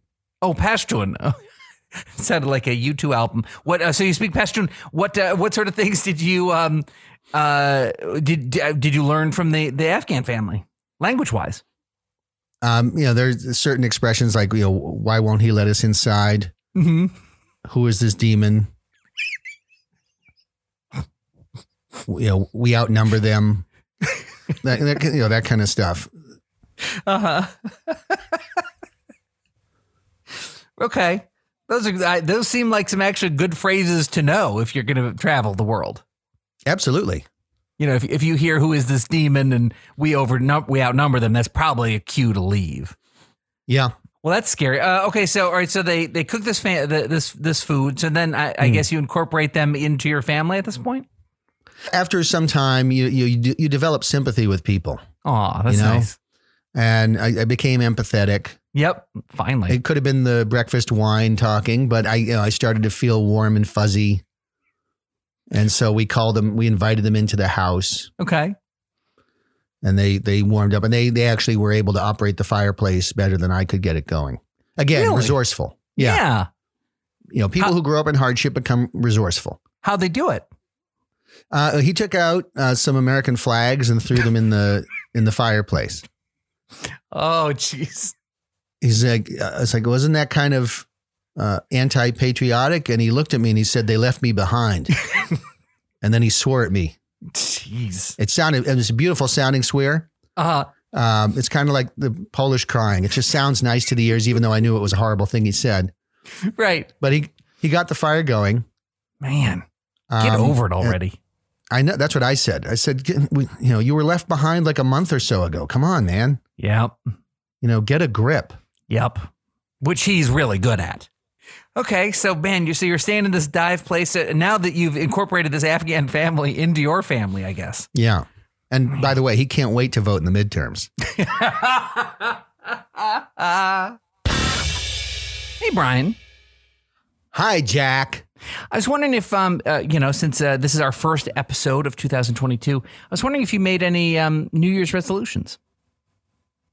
[SPEAKER 2] Oh, Pashtun. Oh, sounded like a U two album. What? Uh, so you speak Pashtun? What? Uh, what sort of things did you um uh did did you learn from the the Afghan family language wise?
[SPEAKER 1] Um, you know, there's certain expressions like, you know, why won't he let us inside?
[SPEAKER 2] Mm-hmm.
[SPEAKER 1] Who is this demon? you know, we outnumber them. that, that, you know, that kind of stuff.
[SPEAKER 2] Uh huh. okay, those are I, those seem like some actually good phrases to know if you're going to travel the world.
[SPEAKER 1] Absolutely.
[SPEAKER 2] You know, if if you hear who is this demon and we over we outnumber them, that's probably a cue to leave.
[SPEAKER 1] Yeah.
[SPEAKER 2] Well, that's scary. Uh, okay, so all right, so they they cook this fa- the, this this food. So then I, I
[SPEAKER 1] Hmm.
[SPEAKER 2] guess you incorporate them into your family at this point.
[SPEAKER 1] After some time, you you you de- you develop sympathy with people,
[SPEAKER 2] Oh, that's
[SPEAKER 1] You know?
[SPEAKER 2] nice.
[SPEAKER 1] and I, I became empathetic.
[SPEAKER 2] Yep, finally.
[SPEAKER 1] It could have been the breakfast wine talking, but I you know, I started to feel warm and fuzzy, and so we called them. We invited them into the house,
[SPEAKER 2] okay.
[SPEAKER 1] and they they warmed up, and they they actually were able to operate the fireplace better than I could get it going. Again,
[SPEAKER 2] Really?
[SPEAKER 1] resourceful. Yeah. you know, people
[SPEAKER 2] How-
[SPEAKER 1] who grow up in hardship become resourceful.
[SPEAKER 2] How they do it?
[SPEAKER 1] Uh, he took out uh, some American flags and threw them in the in the fireplace.
[SPEAKER 2] Oh, jeez.
[SPEAKER 1] he's like, I was like, wasn't that kind of uh, anti patriotic? And he looked at me and he said, they left me behind. and then he swore at me.
[SPEAKER 2] Jeez.
[SPEAKER 1] It sounded, it was a beautiful sounding swear.
[SPEAKER 2] Uh,
[SPEAKER 1] Um, it's kind of like the Polish crying. It just sounds nice to the ears, even though I knew it was a horrible thing he said.
[SPEAKER 2] Right.
[SPEAKER 1] But he he got the fire going.
[SPEAKER 2] Man, get
[SPEAKER 1] Um,
[SPEAKER 2] over it already.
[SPEAKER 1] I know that's what I said. I said, get, we, you know, you were left behind like a month or so ago. Come on, man.
[SPEAKER 2] Yep.
[SPEAKER 1] You know, get a grip.
[SPEAKER 2] Yep. Which he's really good at. Okay, so man, you so you're staying in this dive place uh, now that you've incorporated this Afghan family into your family, I guess.
[SPEAKER 1] Yeah. And by the way, he can't wait to vote in the midterms.
[SPEAKER 2] hey Uh, Brian,
[SPEAKER 1] Hi, Jack.
[SPEAKER 2] I was wondering if um uh, you know since uh, this is our first episode of 2022, I was wondering if you made any um New Year's resolutions.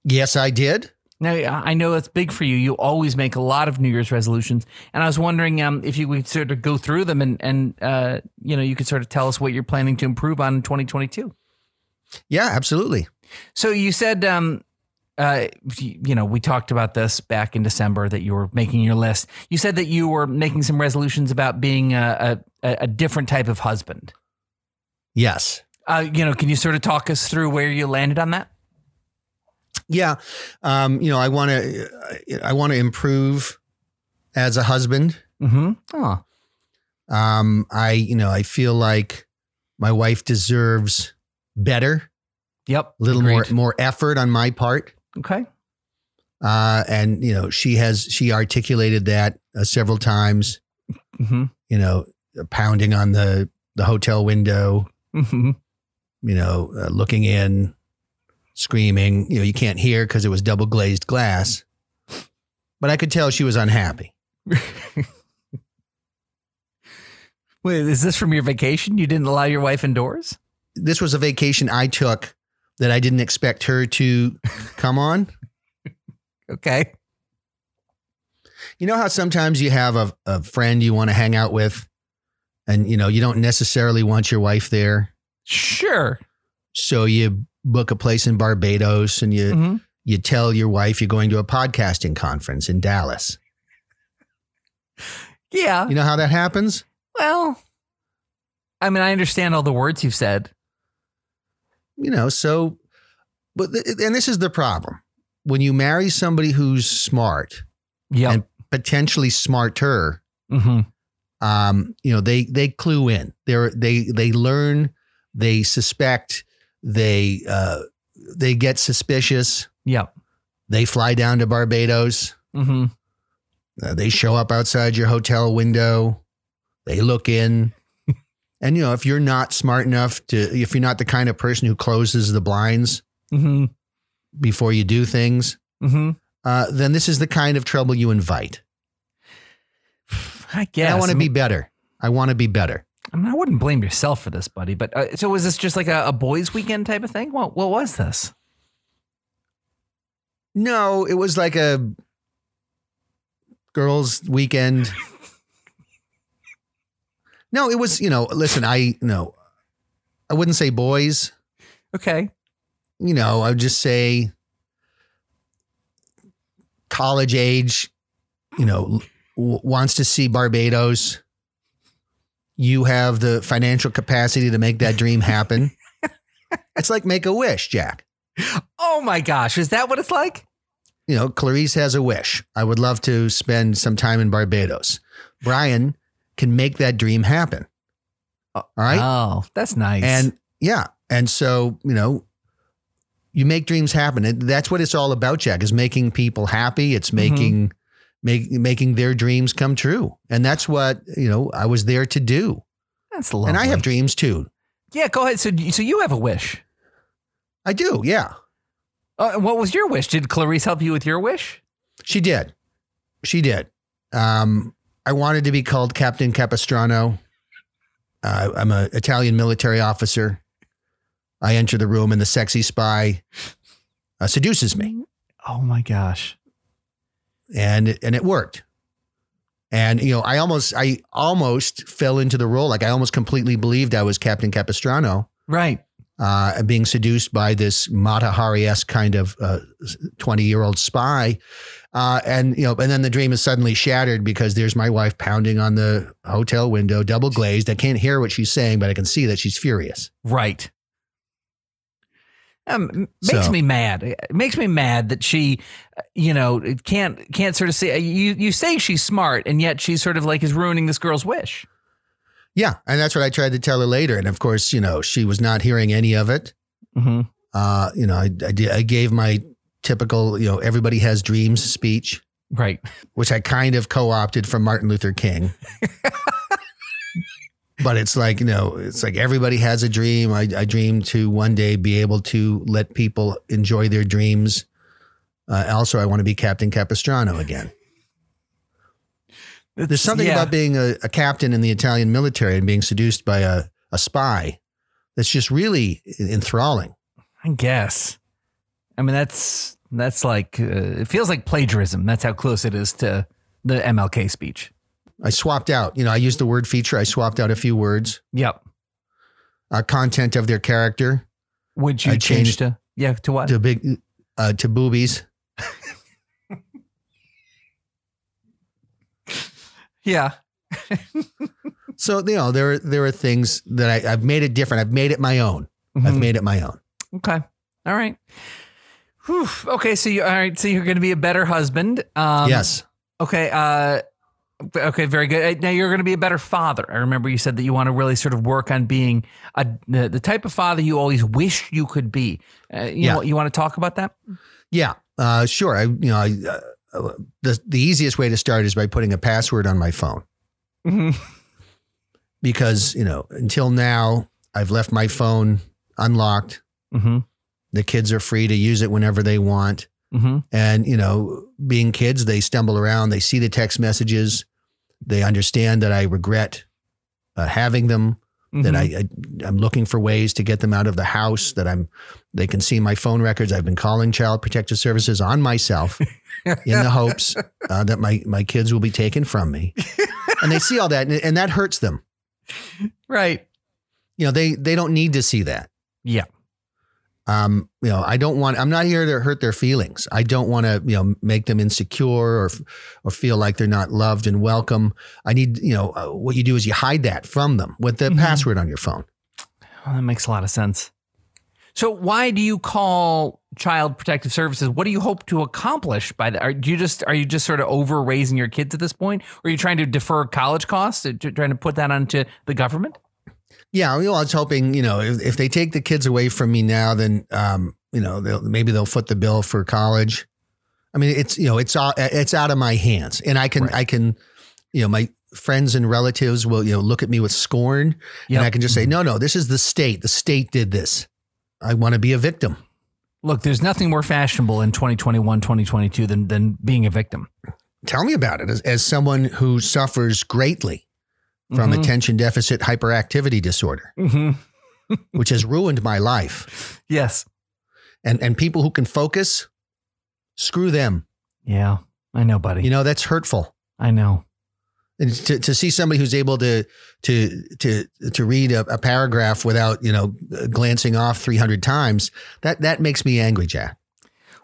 [SPEAKER 1] Yes, I did.
[SPEAKER 2] Now I I know that's big for you. You always make a lot of New Year's resolutions, and I was wondering um, if you would sort of go through them and and uh, you know you could sort of tell us what you're planning to improve on in 2022.
[SPEAKER 1] Yeah, absolutely.
[SPEAKER 2] So you said um, uh, you you know we talked about this back in December that you were making your list. You said that you were making some resolutions about being a a, a different type of husband.
[SPEAKER 1] Yes.
[SPEAKER 2] Uh, you know, can you sort of talk us through where you landed on that?
[SPEAKER 1] Yeah. Um, you know, I want to I want to improve as a husband.
[SPEAKER 2] Mm-hmm. Oh,
[SPEAKER 1] Um, I, you know, I feel like my wife deserves better,
[SPEAKER 2] yep.
[SPEAKER 1] a little
[SPEAKER 2] Agreed.
[SPEAKER 1] more more effort on my part.
[SPEAKER 2] Okay.
[SPEAKER 1] Uh, and you know, she has she articulated that uh, several times,
[SPEAKER 2] Mm-hmm.
[SPEAKER 1] you know, pounding on the the hotel window,
[SPEAKER 2] Mm-hmm.
[SPEAKER 1] you know, uh, looking in, screaming, you know, you can't hear cuz it was double glazed glass. But I could tell she was unhappy.
[SPEAKER 2] Wait, is this from your vacation? You didn't allow your wife indoors?
[SPEAKER 1] this was a vacation I took that I didn't expect her to come on.
[SPEAKER 2] Okay.
[SPEAKER 1] You know how sometimes you have a, a friend you want to hang out with and you know you don't necessarily want your wife there.
[SPEAKER 2] Sure.
[SPEAKER 1] So you book a place in Barbados and you
[SPEAKER 2] Mhm.
[SPEAKER 1] you tell your wife you're going to a podcasting conference in Dallas.
[SPEAKER 2] Yeah.
[SPEAKER 1] You know how that happens?
[SPEAKER 2] Well, I mean, I understand all the words you've said.
[SPEAKER 1] You know, so but th- and this is the problem. When you marry somebody who's smart,
[SPEAKER 2] Yep.
[SPEAKER 1] potentially smarter
[SPEAKER 2] mm-hmm.
[SPEAKER 1] um, you know they they clue in they they they learn they suspect they uh, they get suspicious
[SPEAKER 2] Yep.
[SPEAKER 1] they fly down to barbados
[SPEAKER 2] Mm-hmm.
[SPEAKER 1] uh, they show up outside your hotel window they look in and you know if you're not smart enough to if you're not the kind of person who closes the blinds
[SPEAKER 2] Mm-hmm.
[SPEAKER 1] before you do things
[SPEAKER 2] Mm-hmm.
[SPEAKER 1] uh, then this is the kind of trouble you invite
[SPEAKER 2] Mm-hmm. I
[SPEAKER 1] And
[SPEAKER 2] guess.
[SPEAKER 1] i want to
[SPEAKER 2] mean,
[SPEAKER 1] be better i want to be better
[SPEAKER 2] I, mean, I wouldn't blame yourself for this, buddy. But uh, so was this just like a, a boys' weekend type of thing? What What was this?
[SPEAKER 1] No, it was like a girls' weekend. no, it was you know. Listen, I no, I wouldn't say boys.
[SPEAKER 2] Okay.
[SPEAKER 1] You know, I would just say college age. You know, w- wants to see Barbados. You have the financial capacity to make that dream happen. it's like make a wish, Jack.
[SPEAKER 2] Oh my gosh, is that what it's like?
[SPEAKER 1] you know, Clarice has a wish. I would love to spend some time in Barbados. Brian can make that dream happen. All right.
[SPEAKER 2] Oh, that's nice.
[SPEAKER 1] and yeah. And so, you know, you make dreams happen. And that's what it's all about, Jack, is making people happy. It's
[SPEAKER 2] Mm-hmm.
[SPEAKER 1] making make, making their dreams come true. And that's what, you know, I was there to do.
[SPEAKER 2] that's lovely.
[SPEAKER 1] And I have dreams too.
[SPEAKER 2] Yeah, go ahead. So, so you have a wish.
[SPEAKER 1] I do. Yeah.
[SPEAKER 2] Uh, what was your wish? Did Clarice help you with your wish?
[SPEAKER 1] She did. She did. Um, I wanted to be called Captain Capistrano. Uh, I'm an Italian military officer. I enter the room and the sexy spy uh, seduces me,
[SPEAKER 2] Oh my gosh.
[SPEAKER 1] and and it worked. And you know, I almost I almost fell into the role. Like I almost completely believed I was Captain Capistrano,
[SPEAKER 2] Right.
[SPEAKER 1] uh, being seduced by this Mata Hari esque kind of twenty year old spy, uh, and you know, and then the dream is suddenly shattered because there's my wife pounding on the hotel window, double glazed. I can't hear what she's saying, but I can see that she's furious.
[SPEAKER 2] Right. Um, makes
[SPEAKER 1] So-
[SPEAKER 2] me mad. It makes me mad that she, uh, you know, can't can't sort of see. uh, You you say she's smart, and yet she's sort of like is ruining this girl's wish.
[SPEAKER 1] Yeah. And that's what I tried to tell her later. And of course, you know, she was not hearing any of it.
[SPEAKER 2] Mm-hmm.
[SPEAKER 1] Uh, you know, I, I, did, I gave my typical, you know, everybody has dreams speech,
[SPEAKER 2] Right.
[SPEAKER 1] which I kind of co opted from Martin Luther King. but it's like, you know, it's like everybody has a dream. I, I dream to one day be able to let people enjoy their dreams. Uh, also, I want to be Captain Capistrano again. There's something about being a, a captain in the Italian military and being seduced by a, a spy that's just really enthralling.
[SPEAKER 2] I guess. I mean, that's that's like uh, it feels like plagiarism. That's how close it is to the MLK speech.
[SPEAKER 1] I swapped out, you know, I used the word feature. I swapped out a few words,
[SPEAKER 2] Yep.
[SPEAKER 1] uh, content of their character
[SPEAKER 2] Would you
[SPEAKER 1] I
[SPEAKER 2] change
[SPEAKER 1] changed-
[SPEAKER 2] to yeah to what?
[SPEAKER 1] to big, uh, to boobies.
[SPEAKER 2] yeah.
[SPEAKER 1] So, you know, there, there are things that I, I've made it different. I've made it my own. I've
[SPEAKER 2] Mhm.
[SPEAKER 1] made it my own.
[SPEAKER 2] Okay. All right. Whew. Okay. So you all right? So you're going to be a better husband. Um,
[SPEAKER 1] yes.
[SPEAKER 2] Okay. Uh, okay. Very good. Uh, Now you're going to be a better father. I remember you said that you want to really sort of work on being a the, the type of father you always wish you could be. Uh, you
[SPEAKER 1] Yeah.
[SPEAKER 2] know, you want to talk about that?
[SPEAKER 1] Yeah. Uh, sure. I, you know, I, uh, the, the easiest way to start is by putting a password on my phone. Mm-hmm. because you know until now I've left my phone unlocked.
[SPEAKER 2] hmm
[SPEAKER 1] The kids are free to use it whenever they want,
[SPEAKER 2] hmm
[SPEAKER 1] and you know, being kids, they stumble around. They see the text messages. They understand that I regret uh, having them. That I, I I'm looking for ways to get them out of the house. That I'm they can see my phone records. I've been calling Child Protective Services on myself in the hopes uh, that my my kids will be taken from me, and they see all that, and, and that hurts them.
[SPEAKER 2] right.
[SPEAKER 1] you know they they don't need to see that
[SPEAKER 2] Yeah.
[SPEAKER 1] um you know i don't want i'm not here to hurt their feelings i don't want to you know make them insecure or or feel like they're not loved and welcome i need you know uh, what you do is you hide that from them with the
[SPEAKER 2] Mhm.
[SPEAKER 1] password on your phone
[SPEAKER 2] Well, Oh, that makes a lot of sense. So, why do you call Child Protective Services? What do you hope to accomplish by that? Are do you just are you just sort of over raising your kids at this point? Or are you trying to defer college costs? Are you trying to put that onto the government?
[SPEAKER 1] yeah you know, i was hoping you know if, if they take the kids away from me now then um you know they'll, maybe they'll foot the bill for college i mean it's you know it's all uh, it's out of my hands and i can
[SPEAKER 2] Right.
[SPEAKER 1] i can you know my friends and relatives will you know look at me with scorn
[SPEAKER 2] Yep.
[SPEAKER 1] And I can just say, no, no, this is the state. The state did this. I want to be a victim.
[SPEAKER 2] Look, there's nothing more fashionable in 2021, 2022 than than being a victim.
[SPEAKER 1] Tell me about it as, as someone who suffers greatly from
[SPEAKER 2] Mhm.
[SPEAKER 1] attention deficit hyperactivity disorder,
[SPEAKER 2] Mhm.
[SPEAKER 1] which has ruined my life.
[SPEAKER 2] Yes.
[SPEAKER 1] And, and people who can focus, screw them.
[SPEAKER 2] Yeah. I know, buddy.
[SPEAKER 1] You know, that's hurtful.
[SPEAKER 2] I know.
[SPEAKER 1] And to, to see somebody who's able to to to to read a, a paragraph without you know glancing off three hundred times that that makes me angry, Jack.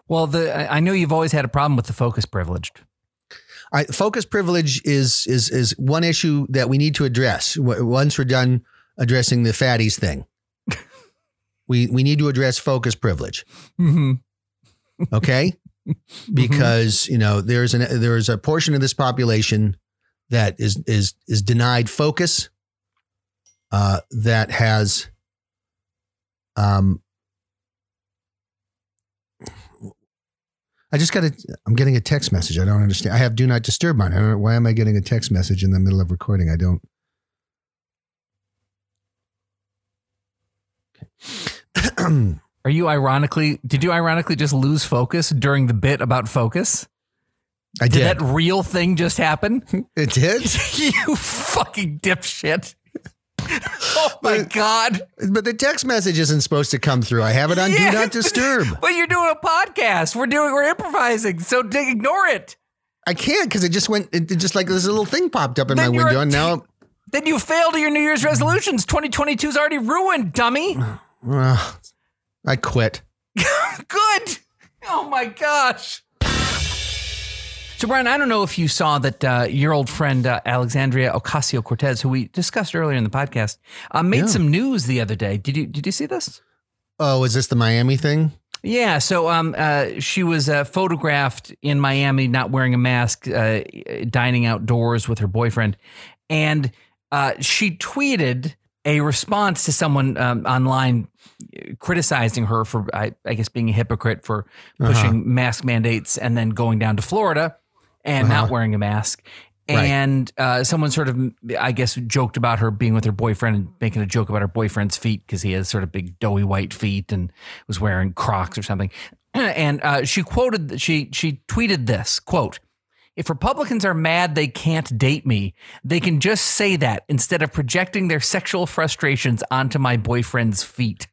[SPEAKER 2] Well, the I- I know you've always had a problem with the focus privileged.
[SPEAKER 1] I, focus privilege is is is one issue that we need to address. W- Once we're done addressing the fatties thing, we we need to address focus privilege.
[SPEAKER 2] Mm-hmm.
[SPEAKER 1] Okay, because you know there's an there's a portion of this population that is is is denied focus. Uh, that has, um, I just got a. I'm getting a text message. I don't understand. I have do not disturb mine. I don't know why am I getting a text message in the middle of recording. I don't. Okay.
[SPEAKER 2] Are you ironically? Did you ironically just lose focus during the bit about focus?
[SPEAKER 1] I
[SPEAKER 2] Did
[SPEAKER 1] did.
[SPEAKER 2] that real thing just happen?
[SPEAKER 1] it did.
[SPEAKER 2] you fucking dipshit! oh my
[SPEAKER 1] But-
[SPEAKER 2] god!
[SPEAKER 1] But the text message isn't supposed to come through. I have it on
[SPEAKER 2] Yeah.
[SPEAKER 1] do not disturb.
[SPEAKER 2] But you're doing a podcast. We're doing. We're improvising. So d- ignore it.
[SPEAKER 1] I can't because it just went. It it just like this little thing popped up in
[SPEAKER 2] Then
[SPEAKER 1] my
[SPEAKER 2] you're a
[SPEAKER 1] window, and
[SPEAKER 2] t-
[SPEAKER 1] now
[SPEAKER 2] Then you failed your New Year's resolutions. 2022 is already ruined, dummy.
[SPEAKER 1] Ugh. I quit.
[SPEAKER 2] Good. Oh my gosh. So, Brian, I don't know if you saw that uh, your old friend uh, Alexandria Ocasio Cortez, who we discussed earlier in the podcast, uh, made
[SPEAKER 1] Yeah.
[SPEAKER 2] some news the other day. Did you Did you see this?
[SPEAKER 1] Oh, is this the Miami thing?
[SPEAKER 2] Yeah, so um, uh, she was uh, photographed in Miami, not wearing a mask, uh, dining outdoors with her boyfriend, and uh, she tweeted a response to someone um, online criticizing her for, I, I guess, being a hypocrite for pushing mask mandates and then going down to Florida and not wearing a mask.
[SPEAKER 1] Right.
[SPEAKER 2] And uh, someone sort of, I guess, joked about her being with her boyfriend and making a joke about her boyfriend's feet because he has sort of big doughy white feet and was wearing Crocs or something. And uh, she quoted, she she tweeted this quote: "If Republicans are mad they can't date me, they can just say that instead of projecting their sexual frustrations onto my boyfriend's feet."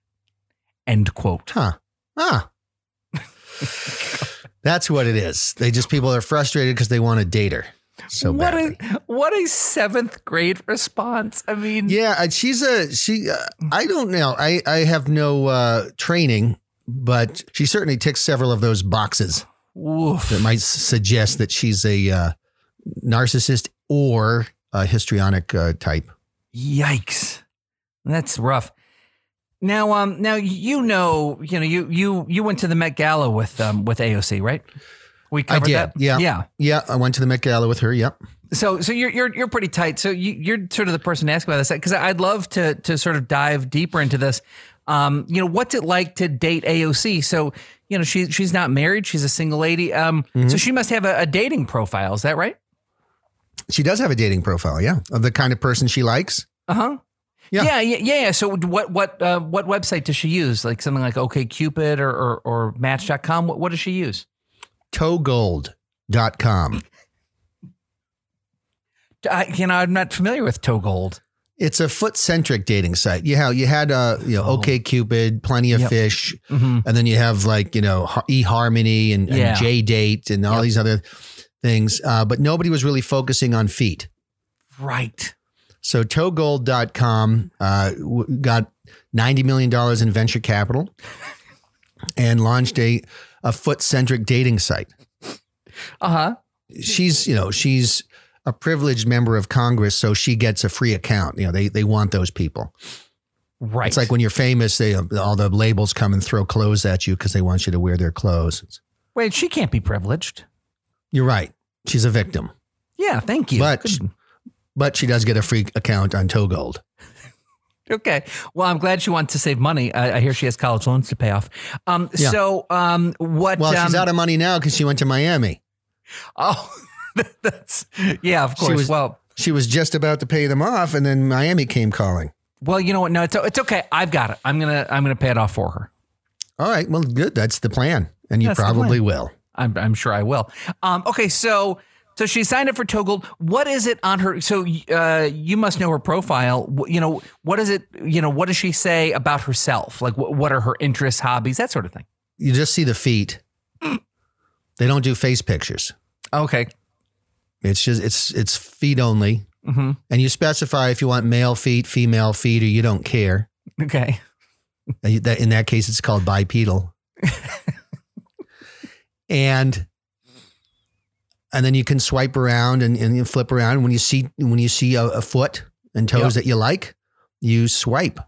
[SPEAKER 2] End quote.
[SPEAKER 1] Huh. Huh. That's what it is. They just people are frustrated because they want to date her. So
[SPEAKER 2] what
[SPEAKER 1] badly.
[SPEAKER 2] a what a seventh grade response. I mean,
[SPEAKER 1] Yeah, uh, she's a she. Uh, I don't know. I I have no uh, training, but she certainly ticks several of those boxes
[SPEAKER 2] woof.
[SPEAKER 1] that might s- suggest that she's a uh, narcissist or a histrionic uh, type.
[SPEAKER 2] Yikes. That's rough. Now, um, now you know, you know, you you you went to the Met Gala with um with AOC, right? We covered
[SPEAKER 1] did,
[SPEAKER 2] that.
[SPEAKER 1] yeah.
[SPEAKER 2] yeah.
[SPEAKER 1] Yeah, I went to the Met Gala with her. Yep.
[SPEAKER 2] So, so you're you're you're pretty tight. So you, you're sort of the person to ask about this because I'd love to to sort of dive deeper into this. Um, you know, what's it like to date AOC? So, you know, she she's not married. She's a single lady. Um,
[SPEAKER 1] Mm-hmm.
[SPEAKER 2] so she must have a, a dating profile. Is that right?
[SPEAKER 1] She does have a dating profile. Yeah, of the kind of person she likes.
[SPEAKER 2] Uh huh.
[SPEAKER 1] Yeah.
[SPEAKER 2] yeah, yeah, yeah, yeah. So what what uh, what website does she use? Like something like OKCupid or or, or Match.com. What, what does she use?
[SPEAKER 1] Togold.com.
[SPEAKER 2] I, you know, I'm not familiar with Togold.
[SPEAKER 1] It's a foot centric dating site. You have you had uh, you know
[SPEAKER 2] Oh.
[SPEAKER 1] OK Cupid, Plenty of
[SPEAKER 2] Yep.
[SPEAKER 1] Fish,
[SPEAKER 2] Mm-hmm.
[SPEAKER 1] and then you have like you know eHarmony and,
[SPEAKER 2] Yeah.
[SPEAKER 1] and J Date and all
[SPEAKER 2] Yep.
[SPEAKER 1] these other things, uh, but nobody was really focusing on feet.
[SPEAKER 2] Right.
[SPEAKER 1] So togold.com uh, w- got $90 million in venture capital and launched a, a foot centric dating site.
[SPEAKER 2] Uh huh.
[SPEAKER 1] She's, you know, she's a privileged member of Congress, so she gets a free account. You know, they, they want those people.
[SPEAKER 2] Right.
[SPEAKER 1] It's like when you're famous, they all the labels come and throw clothes at you because they want you to wear their clothes.
[SPEAKER 2] wait, she can't be privileged.
[SPEAKER 1] You're right. She's a victim,
[SPEAKER 2] Yeah. Thank you.
[SPEAKER 1] But-
[SPEAKER 2] Good.
[SPEAKER 1] but she does get a free account on Togold.
[SPEAKER 2] Okay. Well, I'm glad she wants to save money. I, I hear she has college loans to pay off. Um.
[SPEAKER 1] Yeah.
[SPEAKER 2] So, um, what?
[SPEAKER 1] Well,
[SPEAKER 2] um,
[SPEAKER 1] she's out of money now because she went to Miami.
[SPEAKER 2] Oh, that's yeah. Of
[SPEAKER 1] She
[SPEAKER 2] course.
[SPEAKER 1] was-
[SPEAKER 2] well,
[SPEAKER 1] She was just about to pay them off, and then Miami came calling.
[SPEAKER 2] well, you know what? No, it's it's okay. I've got it. I'm gonna I'm gonna pay it off for her.
[SPEAKER 1] All right. Well, good. That's the plan. And you
[SPEAKER 2] That's the
[SPEAKER 1] probably
[SPEAKER 2] plan.
[SPEAKER 1] will.
[SPEAKER 2] I'm, I'm sure I will. Um, okay, so so she signed up for Togold. What is it on her? So uh, you must know her profile. Wh- You know what is it? You know what does she say about herself? Like what, what are her interests, hobbies, that sort of thing.
[SPEAKER 1] You just see the feet. They don't do face pictures.
[SPEAKER 2] Okay.
[SPEAKER 1] It's just it's it's feet only.
[SPEAKER 2] hmm
[SPEAKER 1] And you specify if you want male feet, female feet, or you don't care.
[SPEAKER 2] Okay.
[SPEAKER 1] And you- that- In that case, it's called bipedal. and and then you can swipe around and, and you flip around. When you see when you see a, a foot and toes that you like, you swipe.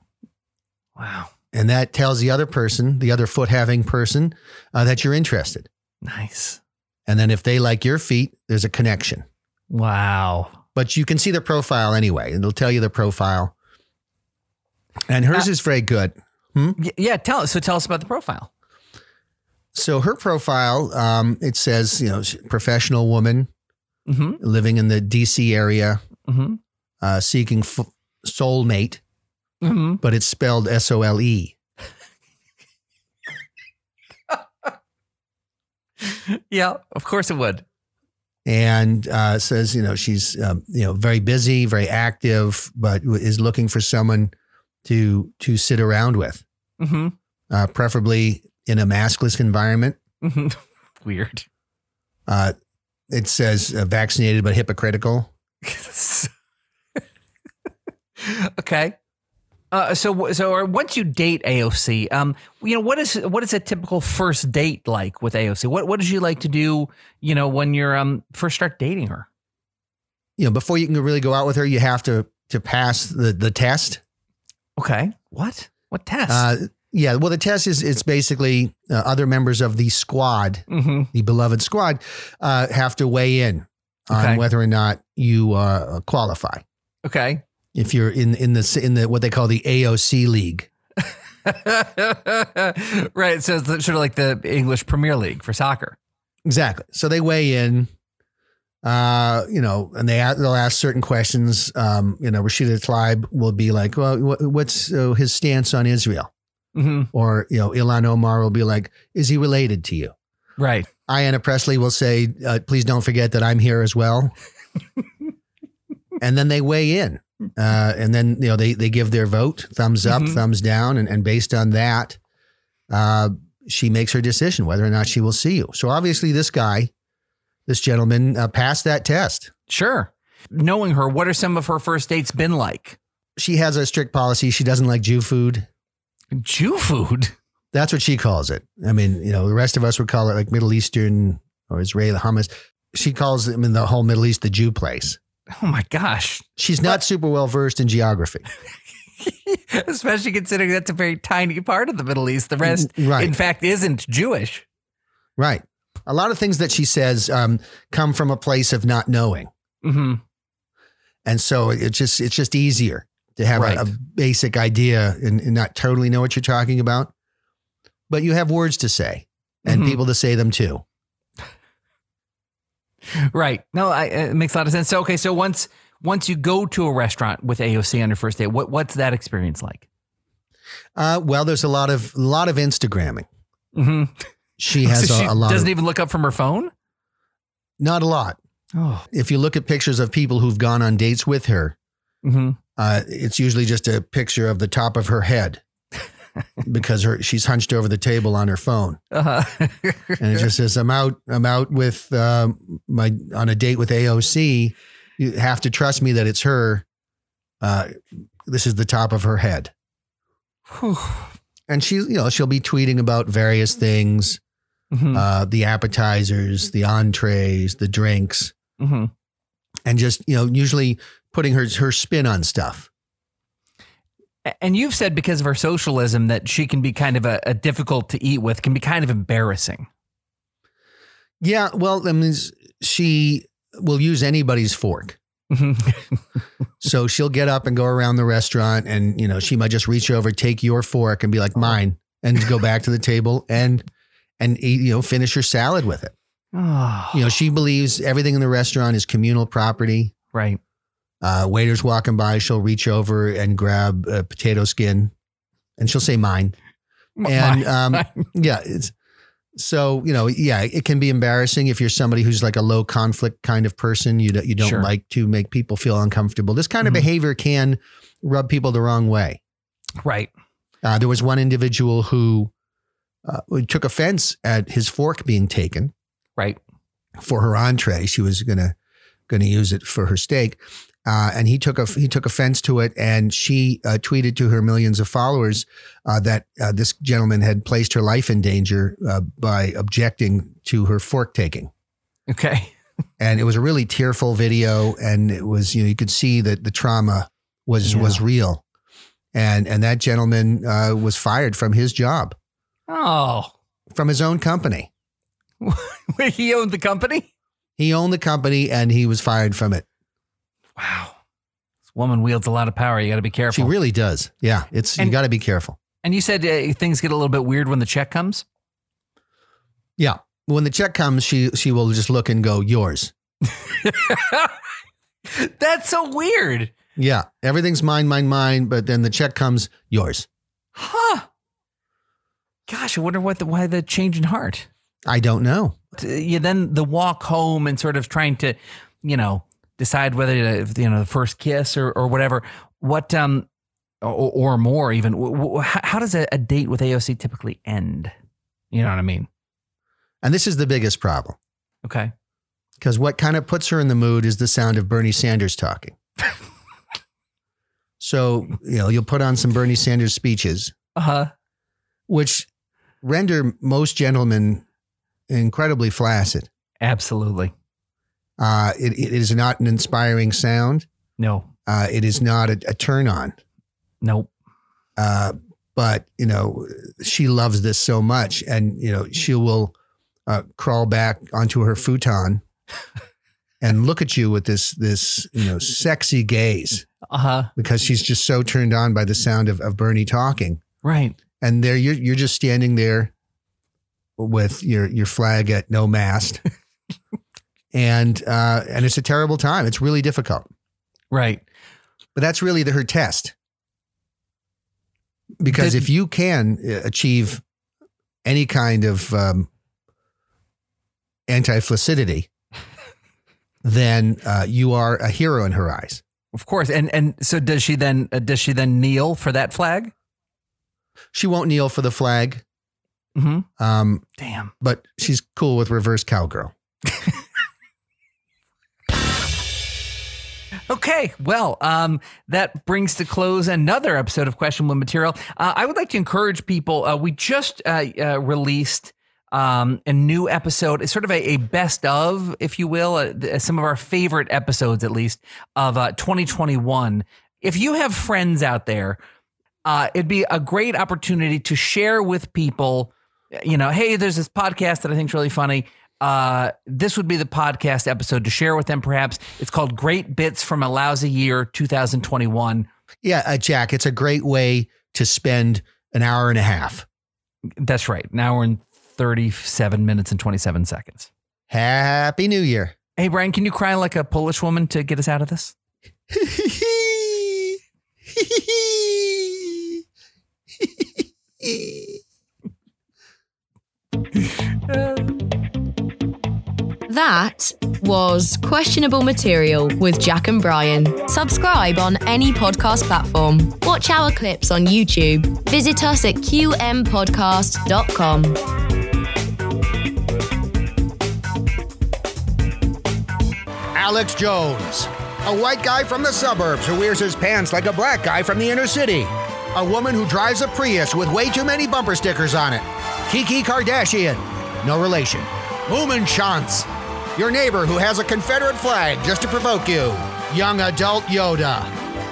[SPEAKER 2] Wow.
[SPEAKER 1] and that tells the other person, the other foot having person, uh, that you're interested.
[SPEAKER 2] Nice.
[SPEAKER 1] And then if they like your feet, there's a connection.
[SPEAKER 2] Wow.
[SPEAKER 1] But you can see the profile anyway, and it'll tell you the profile. And hers is very good.
[SPEAKER 2] Y- yeah. Tell so tell us about the profile.
[SPEAKER 1] So her profile, um, it says, you know, she's a professional woman
[SPEAKER 2] Mm-hmm.
[SPEAKER 1] living in the D.C. area,
[SPEAKER 2] Mm-hmm.
[SPEAKER 1] uh, seeking f- soulmate,
[SPEAKER 2] Mm-hmm.
[SPEAKER 1] but it's spelled S O L E.
[SPEAKER 2] Yeah. Of course it would.
[SPEAKER 1] and uh, says, you know, she's um, you know very busy, very active, but is looking for someone to to sit around with,
[SPEAKER 2] Mm-hmm.
[SPEAKER 1] uh, preferably in a maskless environment.
[SPEAKER 2] hmm Weird.
[SPEAKER 1] Uh, it says uh, vaccinated but hypocritical.
[SPEAKER 2] okay. Uh, so so or once you date AOC, um, you know what is what is a typical first date like with AOC? What what does she like to do? You know when you're um first start dating her.
[SPEAKER 1] You know, before you can really go out with her, you have to to pass the the test.
[SPEAKER 2] Okay, what what test?
[SPEAKER 1] Uh, Yeah, well, the test is it's basically uh, other members of the squad,
[SPEAKER 2] Mm-hmm.
[SPEAKER 1] the beloved squad, uh, have to weigh in on
[SPEAKER 2] Okay.
[SPEAKER 1] whether or not you uh, qualify.
[SPEAKER 2] Okay.
[SPEAKER 1] If you're in in the in the what they call the AOC league,
[SPEAKER 2] right. So it's sort of like the English Premier League for soccer.
[SPEAKER 1] exactly. So they weigh in, uh, you know, and they a- they'll ask certain questions. Um, you know, Rashida Tlaib will be like, "Well, wh- what's uh, his stance on Israel?"
[SPEAKER 2] Mm-hmm.
[SPEAKER 1] Or you know, Ilan Omar will be like, "Is he related to you?"
[SPEAKER 2] Right.
[SPEAKER 1] Ayanna Presley will say, uh, please don't forget that I'm here as well. and then they weigh in. Uh, and then, you know, they, they give their vote, thumbs up,
[SPEAKER 2] Mhm.
[SPEAKER 1] thumbs down. And, and based on that, uh, she makes her decision whether or not she will see you. So obviously, this guy, this gentleman, uh, passed that test.
[SPEAKER 2] Sure. Knowing her, what are some of her first dates been like?
[SPEAKER 1] She has a strict policy. She doesn't like Jew food.
[SPEAKER 2] Jew food.
[SPEAKER 1] That's what she calls it. I mean, you know, the rest of us would call it like Middle Eastern or Israeli hummus. She calls it, I mean, the whole Middle East the Jew place.
[SPEAKER 2] Oh my gosh.
[SPEAKER 1] She's not super well versed in geography.
[SPEAKER 2] Especially considering that's a very tiny part of the Middle East. The rest,
[SPEAKER 1] right,
[SPEAKER 2] in fact, isn't Jewish.
[SPEAKER 1] right. A lot of things that she says um, come from a place of not knowing,
[SPEAKER 2] Mm-hmm.
[SPEAKER 1] and so it just it's just easier to have a-
[SPEAKER 2] Right.
[SPEAKER 1] a, basic idea and, and not totally know what you're talking about. But you have words to say and
[SPEAKER 2] Mhm.
[SPEAKER 1] people to say them too.
[SPEAKER 2] Right. No, I, uh, it makes a lot of sense. So, okay. So once once you go to a restaurant with AOC on your first date, what what's that experience like?
[SPEAKER 1] Uh, well, there's a lot of lot of Instagramming.
[SPEAKER 2] Mm-hmm.
[SPEAKER 1] She has
[SPEAKER 2] so she
[SPEAKER 1] a, a lot.
[SPEAKER 2] doesn't
[SPEAKER 1] of,
[SPEAKER 2] even look up from her phone.
[SPEAKER 1] not a lot.
[SPEAKER 2] Oh.
[SPEAKER 1] If you look at pictures of people who've gone on dates with her,
[SPEAKER 2] Mm-hmm.
[SPEAKER 1] uh, it's usually just a picture of the top of her head because her she's hunched over the table on her phone.
[SPEAKER 2] Uh-huh.
[SPEAKER 1] and it just says i'm out i'm out with um, my on a date with aoc you have to trust me that it's her uh, this is the top of her head and she you know she'll be tweeting about various things
[SPEAKER 2] Mhm.
[SPEAKER 1] uh, the appetizers the entrees the drinks
[SPEAKER 2] Mhm.
[SPEAKER 1] and just you know usually putting her her spin on stuff
[SPEAKER 2] A- And you've said because of her socialism that she can be kind of a, a difficult to eat with, can be kind of embarrassing.
[SPEAKER 1] yeah well i mean she will use anybody's fork
[SPEAKER 2] Mm-hmm.
[SPEAKER 1] so she'll get up and go around the restaurant and you know she might just reach over take your fork and be like mine and go back to the table and and eat, you know finish her salad with it
[SPEAKER 2] oh,
[SPEAKER 1] you know she believes everything in the restaurant is communal property
[SPEAKER 2] right.
[SPEAKER 1] uh, waiters walking by she'll reach over and grab a potato skin and she'll say mine and um, yeah it's so you know yeah it can be embarrassing if you're somebody who's like a low conflict kind of person you don't, you don't
[SPEAKER 2] Sure.
[SPEAKER 1] like to make people feel uncomfortable this kind
[SPEAKER 2] Mhm.
[SPEAKER 1] of behavior can rub people the wrong way
[SPEAKER 2] right.
[SPEAKER 1] uh, there was one individual who uh, who took offense at his fork being taken
[SPEAKER 2] Right.
[SPEAKER 1] for her entree she was gonna gonna use it for her steak uh, and he took a, he took offense to it, and she uh, tweeted to her millions of followers uh, that uh, this gentleman had placed her life in danger uh, by objecting to her fork taking.
[SPEAKER 2] Okay.
[SPEAKER 1] And it was a really tearful video, and it was you know you could see that the trauma was
[SPEAKER 2] Yeah.
[SPEAKER 1] was real, and and that gentleman uh, was fired from his job
[SPEAKER 2] Oh,
[SPEAKER 1] from his own company.
[SPEAKER 2] wait, he owned the company?
[SPEAKER 1] He owned the company, and he was fired from it.
[SPEAKER 2] Wow. This woman wields a lot of power. You got to be careful.
[SPEAKER 1] She really does. Yeah, it's you
[SPEAKER 2] And-
[SPEAKER 1] got to be careful.
[SPEAKER 2] and you said uh, things get a little bit weird when the check comes?
[SPEAKER 1] When the check comes, she she will just look and go yours.
[SPEAKER 2] That's so weird.
[SPEAKER 1] Yeah, everything's mine, mine, mine. But then the check comes yours.
[SPEAKER 2] Huh. Gosh, I wonder what the, why the change in heart.
[SPEAKER 1] I don't know.
[SPEAKER 2] T- Yeah, then the walk home and sort of trying to, you know, decide whether to, you know the first kiss or, or whatever. What um or, or more even. W- w- How how does a, a date with AOC typically end? You know what I mean?
[SPEAKER 1] And this is the biggest problem
[SPEAKER 2] Okay.
[SPEAKER 1] because what kind of puts her in the mood is the sound of Bernie Sanders talking. so you know you'll put on some Bernie Sanders speeches,
[SPEAKER 2] Uh huh.
[SPEAKER 1] which render most gentlemen incredibly flaccid.
[SPEAKER 2] Absolutely.
[SPEAKER 1] Uh, it, it is not an inspiring sound.
[SPEAKER 2] No.
[SPEAKER 1] Uh, it is not a, a turn on.
[SPEAKER 2] Nope.
[SPEAKER 1] Uh, but you know she loves this so much, and you know she will uh, crawl back onto her futon and look at you with this this you know sexy gaze
[SPEAKER 2] Uh huh.
[SPEAKER 1] because she's just so turned on by the sound of, of Bernie talking.
[SPEAKER 2] Right.
[SPEAKER 1] And there you're you're just standing there with your your flag at no mast. and uh, and it's a terrible time. It's really difficult.
[SPEAKER 2] Right.
[SPEAKER 1] But that's really the, her test. Because
[SPEAKER 2] Did-
[SPEAKER 1] if you can uh, achieve any kind of um, anti flaccidity, then uh, you are a hero in her eyes.
[SPEAKER 2] Of course. And and so does she then? Uh, does she then kneel for that flag?
[SPEAKER 1] She won't kneel for the flag,
[SPEAKER 2] Mm-hmm.
[SPEAKER 1] um,
[SPEAKER 2] Damn.
[SPEAKER 1] but she's cool with reverse cowgirl.
[SPEAKER 2] Okay. Well, um, that brings to close another episode of Questionable Material. Uh, I would like to encourage people. Uh, we just uh, uh, released um, a new episode. It's sort of a, a best of, if you will, uh, th- some of our favorite episodes, at least of uh, 2021. If you have friends out there, uh, it'd be a great opportunity to share with people. You know, hey, there's this podcast that I think is really funny. Uh, this would be the podcast episode to share with them. Perhaps it's called "Great Bits from a Lousy Year 2021."
[SPEAKER 1] Yeah, uh, Jack, it's a great way to spend an hour and a half.
[SPEAKER 2] That's right. Now we're in 37 minutes and 27 seconds.
[SPEAKER 1] Happy New Year.
[SPEAKER 2] Hey, Brian, can you cry like a Polish woman to get us out of this?
[SPEAKER 3] That was Questionable Material with Jack and Brian. Subscribe on any podcast platform. Watch our clips on YouTube. Visit us at qmpodcast.com.
[SPEAKER 1] Alex Jones, a white guy from the suburbs who wears his pants like a black guy from the inner city, a woman who drives a Prius with way too many bumper stickers on it, Kiki Kardashian, no relation, Moomin Chance, your neighbor who has a Confederate flag just to provoke you, young adult Yoda,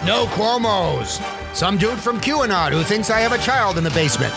[SPEAKER 1] no Cuomo's, some dude from QAnon who thinks I have a child in the basement.